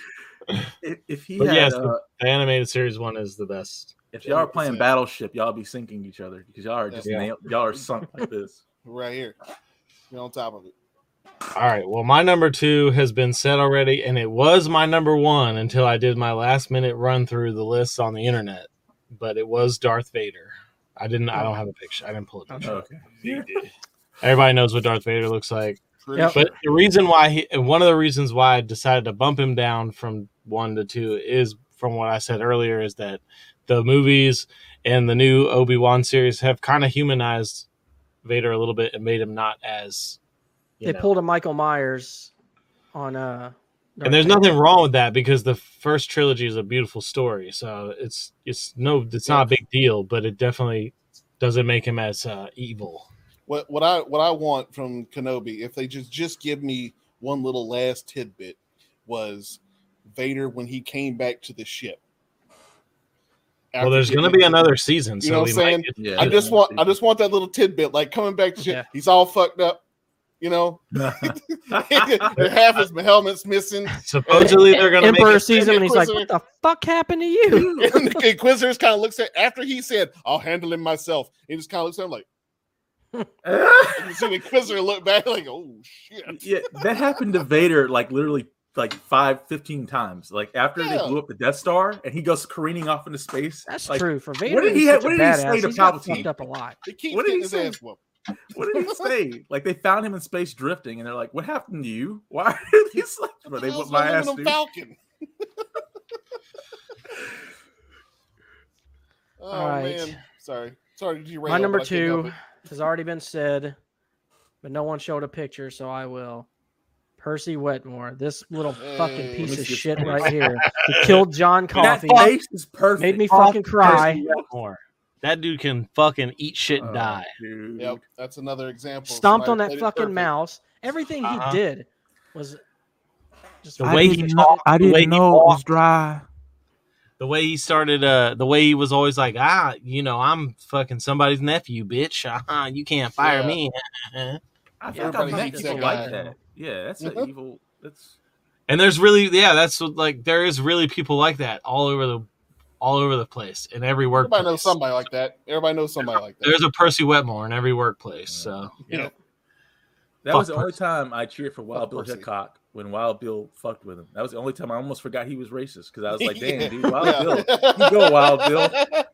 If, if he But had, yes, uh, animated series one is the best. if y'all are playing 100%. Battleship, y'all be sinking each other because y'all are just Yeah. nailed, y'all are sunk like this. Right here. You're on top of it. All right. Well, my number two has been said already, and it was my number one until I did my last minute run through the lists on the internet. But it was Darth Vader. I didn't. I don't have a picture. I didn't pull a picture. Oh, Okay, Everybody knows what Darth Vader looks like. Pretty Yep. sure. But the reason why he, and one of the reasons why I decided to bump him down from one to two is from what I said earlier is that the movies and the new Obi Wan series have kind of humanized Vader a little bit and made him not as. you They know. pulled a Michael Myers on uh Darth and there's Vader. nothing wrong with that because the first trilogy is a beautiful story, so it's it's no it's not a big deal, but it definitely doesn't make him as uh, evil. What what I what I want from Kenobi, if they just just give me one little last tidbit, was Vader when he came back to the ship. well, there's going to be another season, so know what we I'm might saying? get yeah. I just want I just want that little tidbit, like coming back to ship. Yeah. He's all fucked up, you know. and half his helmet's missing. Supposedly they're going to make Emperor it- season, and he's like, "What Inquisitor. the fuck happened to you?" and the Inquisitor's kind of looks at after he said, "I'll handle him myself." He just kind of looks at him like, and you see the Inquisitor look back like, "Oh shit!" yeah, that happened to Vader like literally like five, 15 times. Like after they Yeah. blew up the Death Star, and he goes careening off into space. That's like, true. For Vader, did he he's ha- such a what did he badass, say to he's got Palpatine? fucked up a lot. He keeps What did getting he his say? ass whooped. What did he say? Like they found him in space drifting, and they're like, "What happened to you? Why?" are He's like, "Bro, they That whipped was my an ass, aluminum dude." Falcon. oh All right. man, sorry, sorry. Did you My number two has already been said, but no one showed a picture, so I will. Percy Wetmore, this little fucking Hey, piece let me of see his shit face. right here. He killed John That Coffey, face is perfect. made me fucking cry. More. Uh, That dude can fucking eat shit and Oh, die. dude. Yep, that's another example. Stomped Somebody on that played it fucking perfect. mouse. Everything Uh-huh. he did was just The I way he didn't know, talked, I the way didn't he know it was walked. dry. The way he started, uh, the way he was always like, ah, you know, I'm fucking somebody's nephew, bitch. Uh-huh, you can't fire Yeah. me. I Yeah, think everybody I've met hates people that like guy. that. Yeah, that's Mhm. Mm-hmm. an evil. That's and there's really, yeah, that's what, like there is really people like that all over the, all over the place in every workplace. Everybody knows somebody like that. Everybody knows somebody like that. There's a Percy Wetmore in every workplace. So that Fuck was the only time I cheered for Wild Fuck Bill Percy. Hickok when Wild Bill fucked with him. That was the only time I almost forgot he was racist because I was like, damn, Yeah. dude, Wild Yeah. Bill, you go, Wild Bill.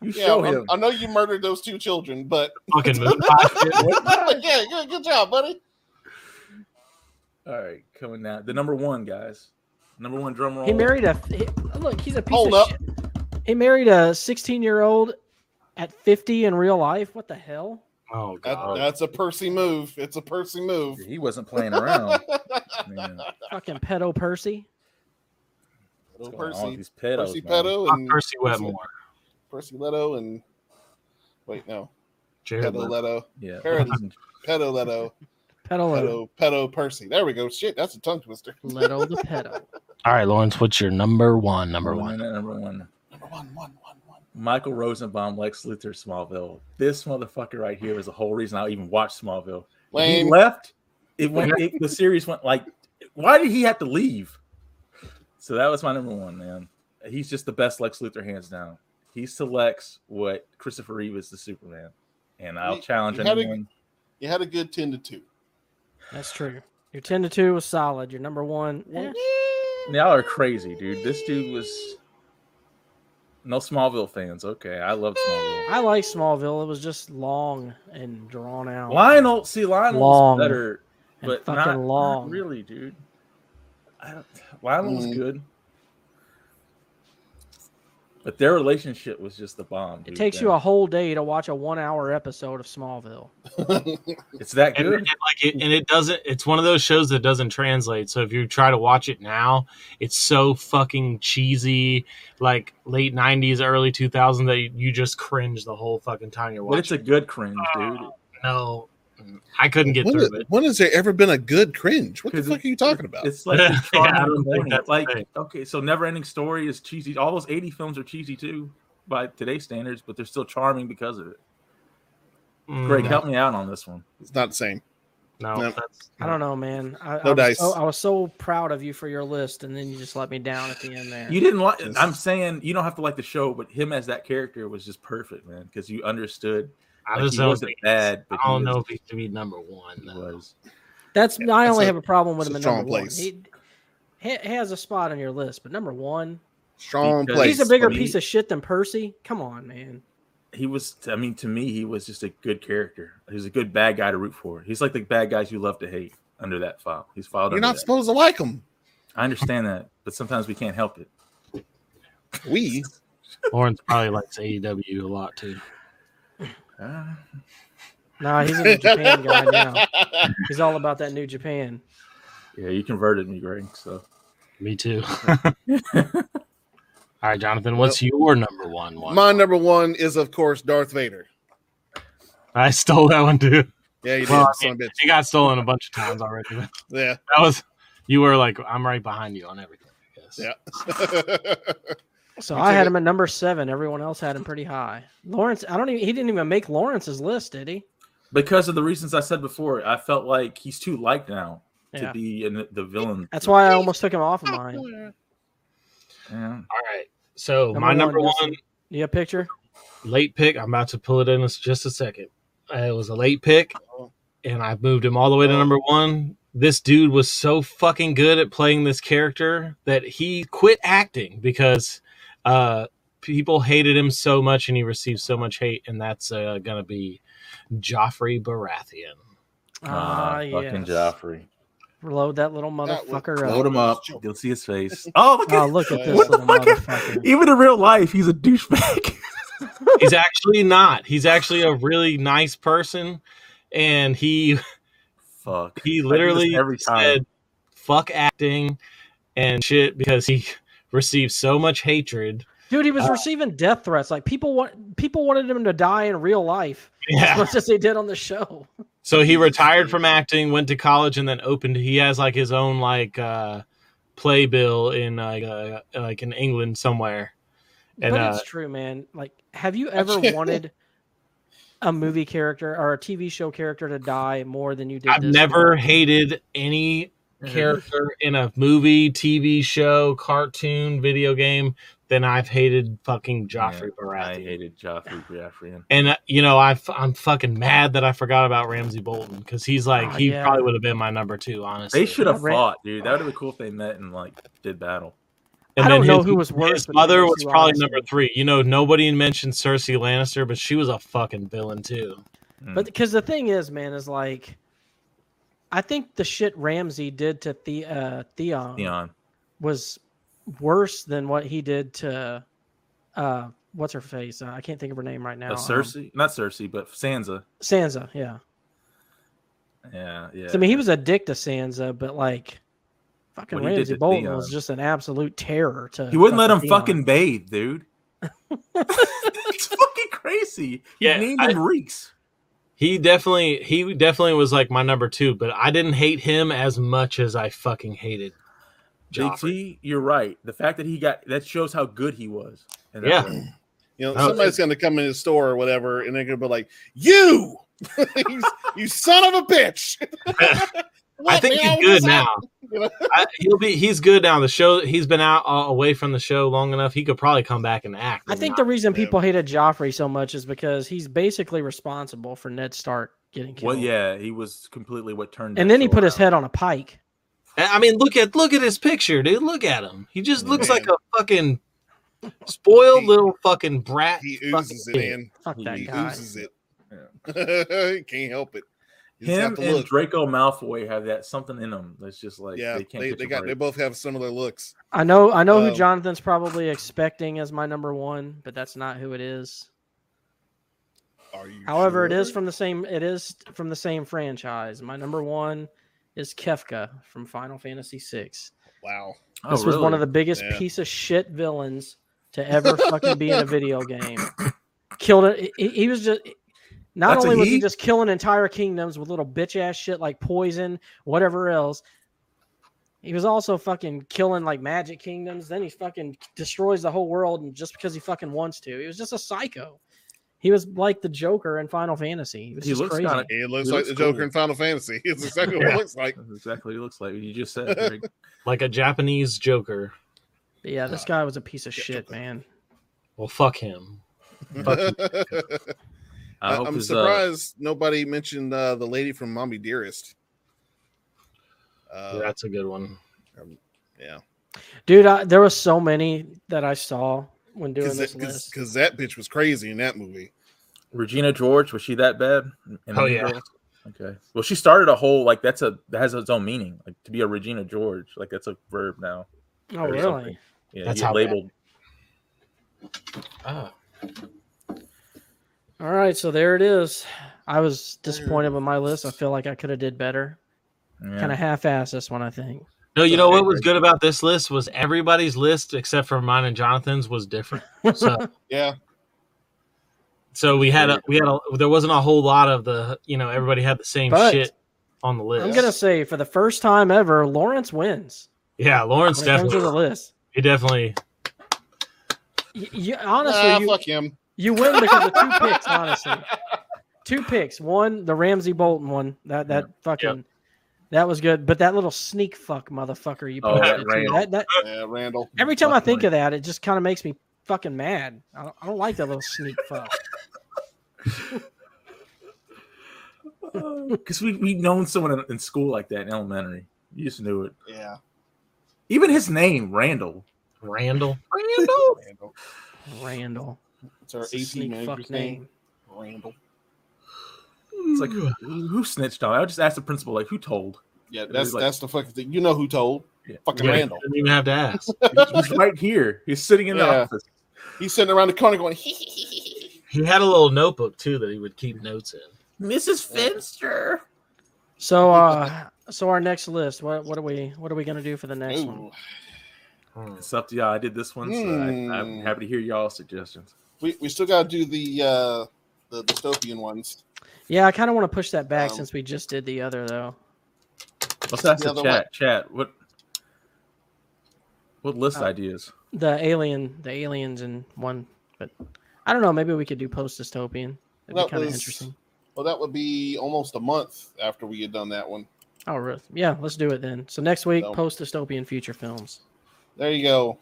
you Yeah, show I'm- him. I know you murdered those two children, but fucking move. yeah, good, good job, buddy. All right, coming now. The number one guys, number one drum roll. He married a he- look. He's a piece Hold of up. shit. He married a 16 year old at 50 in real life. What the hell? Oh That, god. That's a Percy move. It's a Percy move. He wasn't playing around. Man, what's Fucking pedo Percy. Little going on with Percy, these pedos, Percy man? Pedo, Fuck and Percy Wetmore. Percy Leto, and wait, no, Jared Leto. Pedo Leto, Yeah. Parody. Pedo Leto, Pedo Leto. Pedo, Pedo Percy. There we go. Shit, that's a tongue twister. Leto the pedo. All right, Lawrence, what's your number one? Number one. Number one. Number one, one, one, one. Michael Rosenbaum, Lex Luthor, Smallville. This motherfucker right here was the whole reason I even watched Smallville. When He Lame. left. It went. It, the series went like. Why did he have to leave? So that was my number one man. He's just the best Lex Luthor, hands down. He selects what Christopher Reeve is the Superman, and I'll You- challenge you had a- anyone. You had a good ten to two. That's true. Your 10 to 2 was solid. Your number one. eh. Y'all are crazy, dude. This dude was. No Smallville fans. Okay, I love Smallville. I like Smallville. It was just long and drawn out. Lionel, see, Lionel Long. was better, And but fucking not, not long. really, dude. I don't, Lionel was Mm. good, but their relationship was just the bomb. It dude, takes man. you a whole day to watch a one hour episode of Smallville. It's that And, good. and like it, and it doesn't. It's one of those shows that doesn't translate. So if you try to watch it now, it's so fucking cheesy, like late '90s, early 2000s that you, you just cringe the whole fucking time you're But it's watching. a good cringe, dude. no, I couldn't get When, through is- it. when has there ever been a good cringe? What the 'Cause fuck it- are you talking about? It's like the Yeah, I charm don't of think corny. that's the like thing. okay, so Never Ending Story is cheesy. All those eighty films are cheesy too by today's standards, but they're still charming because of it. Greg, Mm, help me out on this one. It's not the same. No, No. that's I don't know, man. I, I No was dice. So, I was so proud of you for your list, and then you just let me down at the end there. You didn't like. Yes. I'm saying you don't have to like the show, but him as that character was just perfect, man, because you understood. I Like, just he don't wasn't think it's- bad, but I he don't was- know if he should be number one. He Though. was. That's Yeah, I that's only a- have a problem with him it's a in strong number place. one. He, he, he has a spot on your list, but number one, Strong Because- place. he's a bigger buddy. piece of shit than Percy. Come on, man. He was. I mean, to me, he was just a good character. He was a good bad guy to root for. He's like the bad guys you love to hate under that file. He's filed. You're under not that. supposed to like them. I understand that, but sometimes we can't help it. We Lawrence probably likes AEW a lot too. Uh, Nah, he's a New Japan guy now. He's all about that New Japan. yeah, you converted me, Greg. So Me too. All right, Jonathan, what's your number one one? My number one is, of course, Darth Vader. I stole that one too. Yeah, you did, Well, son of a bitch. It got stolen a bunch of times already. That Yeah. was you were like, I'm right behind you on everything. I guess. Yeah. So You I take it- had him at number seven. Everyone else had him pretty high. Lawrence, I don't even. He didn't even make Lawrence's list, did he? because of the reasons I said before, I felt like he's too liked now Yeah. to be in the- the villain. That's why I almost took him off of mine. Yeah. All right. So Number my number one, one, Justin. You have a picture? late pick. I'm about to pull it in in just a second. Uh, It was a late pick, and I moved him all the way to number one. This dude was so fucking good at playing this character that he quit acting because uh, people hated him so much, and he received so much hate. And that's uh, gonna be Joffrey Baratheon. Ah, fucking yes. Joffrey. Load that little That was motherfucker close. Load up. him up. You'll see his face. Oh, look at Oh, look at this What the little fuck? motherfucker. Even in real life, he's a douchebag. he's actually not. He's actually a really nice person, and he Fuck. he literally every time. said fuck acting and shit because he received so much hatred. Dude, he was receiving death threats. Like people want people wanted him to die in real life as Yeah. much as they did on the show. So he retired from acting, went to college, and then opened. He has like his own like uh, playbill in like uh, like in England somewhere. And, but uh, it's true, man. Like, have you ever wanted a movie character or a TV show character to die more than you did? I've this never one? hated any Mm-hmm. character in a movie, TV show, cartoon, video game than I've hated fucking Joffrey I Baratheon. hated Joffrey Baratheon. And uh, you know, I f- I'm fucking mad that I forgot about Ramsey Bolton because he's like Oh, he yeah. probably would have been my number two, honestly. They should have Ram- fought, dude. That would have been cool if they met and like did battle. I don't then know who was worse His between mother those was two, probably honestly. number three. You know, nobody mentioned Cersei Lannister, but she was a fucking villain too. But because the thing is, man, is like, I think the shit Ramsey did to the uh, Theon Theon. was worse than what he did to uh, what's her face? Uh, I can't think of her name right now. Uh, Um, Cersei, not Cersei, but Sansa. Sansa. Yeah. Yeah, yeah. So, I mean, he was a dick to Sansa, but like, fucking What he did Ramsey to Bolton Theon. was just an absolute terror to. He wouldn't let him Theon. fucking bathe, dude. it's fucking crazy. He Yeah, named I- him Reeks. He definitely he definitely was like my number two, but I didn't hate him as much as I fucking hated Big Joffrey. T, you're right. The fact that he got that shows how good he was. in that Yeah. role. You know, Oh. somebody's going to come in the store or whatever, and they're going to be like, "You, you, you son of a bitch!" I What, think man? he's What good was that? now. I, he'll be he's good now. The show he's been out uh, away from the show long enough. He could probably come back and act. I and think not- the reason people hated Joffrey so much is because he's basically responsible for Ned Stark getting killed. Well, yeah, he was completely what turned. And that then he show put his around. head on a pike. I I mean, look at look at his picture, dude. Look at him. He just looks Man. like a fucking spoiled He- little fucking brat. He fucking oozes it, kid. man. Fuck that He guy. oozes it. He Can't help it. You just Him have to and look. Draco Malfoy have that something in them that's just like yeah, they can't. they, catch they a got they break. both have similar looks. I know I know who Um, Jonathan's probably expecting as my number one, but that's not who it is. Are you? However, it is sure? from the same it is from the same franchise. My number one is Kefka from Final Fantasy VI. This wow. Oh, was one really? of the biggest Yeah. piece of shit villains to ever fucking be in a video game. Killed it. He, he was just not That's a only was he he? just killing entire kingdoms with little bitch ass shit like poison, whatever else. He was also fucking killing like magic kingdoms. Then he fucking destroys the whole world, and just because he fucking wants to, he was just a psycho. He was like the Joker in Final Fantasy. He was He just looks crazy. kinda- It looks He like looks the Joker cool. in Final Fantasy. It's exactly what Yeah. it looks like. That's exactly what he looks like. You just said. Drake. like a Japanese Joker. But yeah, this guy was a piece of Yeah, shit, Joker. man. Well, fuck him. I hope I'm his, uh, surprised nobody mentioned uh, the lady from Mommy Dearest. Uh, That's a good one. Dude, I, there was so many that I saw when doing because this that, list. 'cause- 'cause that bitch was crazy in that movie. Regina George was she that bad? In Oh, Mean yeah. Girls? Okay. Well, she started a whole like that's a that has its own meaning. Like to be a Regina George, like that's a verb now. oh, or really? something. Yeah, That's you get how bad. labeled. Ah, All right, so there it is. I was disappointed with my list. I feel like I could have did better. Yeah. Kind of half-assed this one, I think. No, you know what was good about this list was everybody's list except for mine and Jonathan's was different. So, Yeah. so we had a we had a there wasn't a whole lot of the you know everybody had the same But- shit on the list. I'm gonna say for the first time ever, Lawrence wins. yeah, Lawrence When it comes to the definitely list. he definitely You, you- honestly, ah, you, fuck him. you win because of two picks. Honestly, two picks. One, the Ramsey Bolton one. That that fucking that was good. But that little sneak fuck motherfucker you Oh, posted. that too, Randall. that- that- Yeah, Randall. every time I Fucking think of that, it just kind of makes me fucking mad. I don't, I don't like that little sneak fuck. Because we we known someone in, in school like that in elementary. You just knew it. Yeah, Even his name, Randall. Randall. Randall. Randall. Randall. It's our It's a AC sneak manager's fuck name. name. Randall. It's like who, who snitched on? it? I just asked the principal, like who told? Yeah, was that's like- that's the fucking thing. You know who told? Yeah. Fucking Yeah, Randall. Didn't even have to ask. He's right here. He's sitting in the Yeah. office. He's sitting around the corner going, hee hee hee hee. hee." He had a little notebook too that he would keep notes in. Mrs. Finster. So, uh, so our next list. What what are we what are we gonna do for the next one? Ooh, Hmm. It's up to y'all. I did this one, so I, I'm Hmm. happy to hear y'all's suggestions. we, we still gotta do the uh the dystopian ones. Yeah, I kind of want to push that back Um, since we just did the other though. Let's ask The the, other chat. Chat, what what list Uh, ideas? The alien, the aliens in one, but I don't know. Maybe we could do post dystopian. That'd That be kind of was- interesting. Well, that would be almost a month after we had done that one. Oh, really? yeah. Let's do it then. So next week, So- post dystopian future films. There you go.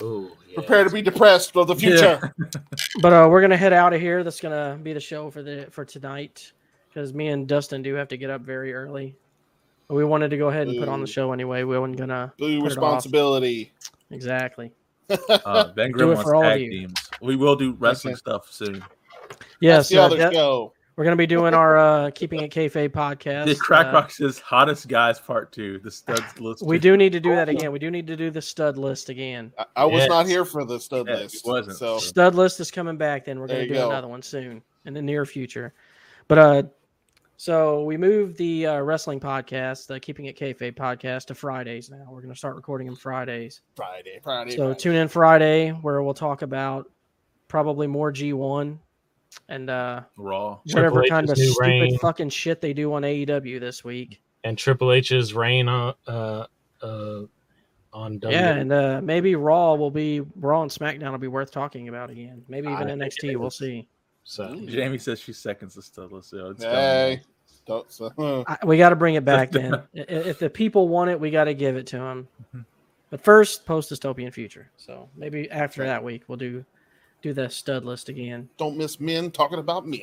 Ooh, yeah. Prepare to be depressed for the future. But uh, we're gonna head out of here. That's gonna be the show for the for tonight because me and Dustin do have to get up very early. But we wanted to go ahead and put on the Ooh. show anyway. We weren't gonna Boo off. responsibility. exactly. Uh, ben Grimm it wants for all of tag you. teams. We will do wrestling Okay. stuff soon. Yeah, That's the so other that- show. we're gonna be doing our uh, keeping it kayfabe podcast. The Crack uh, Rock says hottest guys part two. The studs list. We do need to do that again. We do need to do the stud list again. I, I was Yes. not here for the stud Yes, list. it wasn't. So Stud list is coming back. Then we're There going to you do go. another one soon in the near future. But uh, so we moved the uh, wrestling podcast, the Keeping It Kayfabe podcast, to Fridays now. We're going to start recording them Fridays. Friday, Friday. So Friday. tune in Friday where we'll talk about probably more G1 and uh, Raw. whatever Triple kind of H's new stupid reign. fucking shit they do on AEW this week. and Triple H's reign on uh, uh, on WWE. Yeah, and uh, maybe Raw will be Raw and SmackDown will be worth talking about again. Maybe even I think NXT. it We'll is. see. so Jamie says she seconds the stud list. So it's coming. Hey, don't, so, I, we got to bring it back then. I- if the people want it, we got to give it to them. Mhm. But first, post dystopian future. So maybe after that week, we'll do do the stud list again. don't miss men talking about men.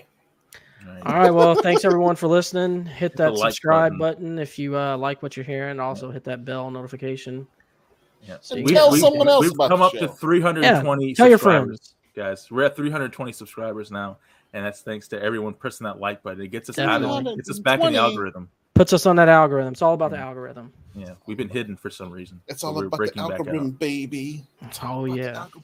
Right. All right. Well, thanks everyone for listening. Hit Hit the that like subscribe button. button. if you uh, like what you're hearing. Also hit that bell notification. Yeah. So And you tell guys- someone else We've about come the up show. to 320 Tell your subscribers, friends. guys. We're at 320 subscribers now, and that's thanks to everyone pressing that like button. It gets us out of Definitely. it. Gets us back in the 320. algorithm. Puts us on that algorithm. It's all about the Mhm. algorithm. Yeah, we've been hidden for some reason. It's so all we're about the breaking back out. algorithm, baby. Oh About the yeah. algorithm,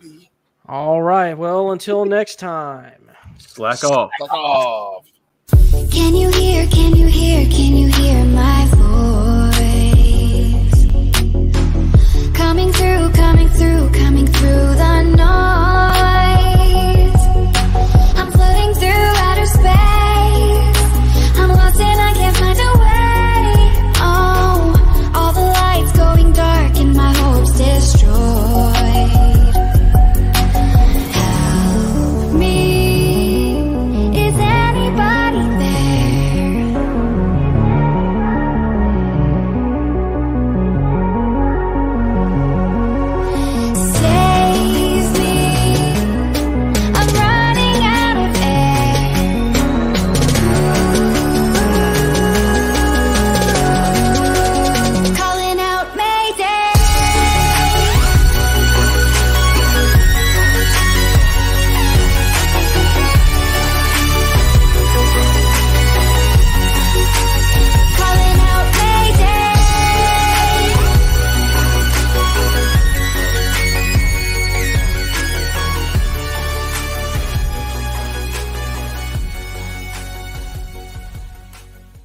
baby. All right. Well, until next time. Slack off. Fuck off. Oh. Can you hear, can you hear, can you hear my Oh,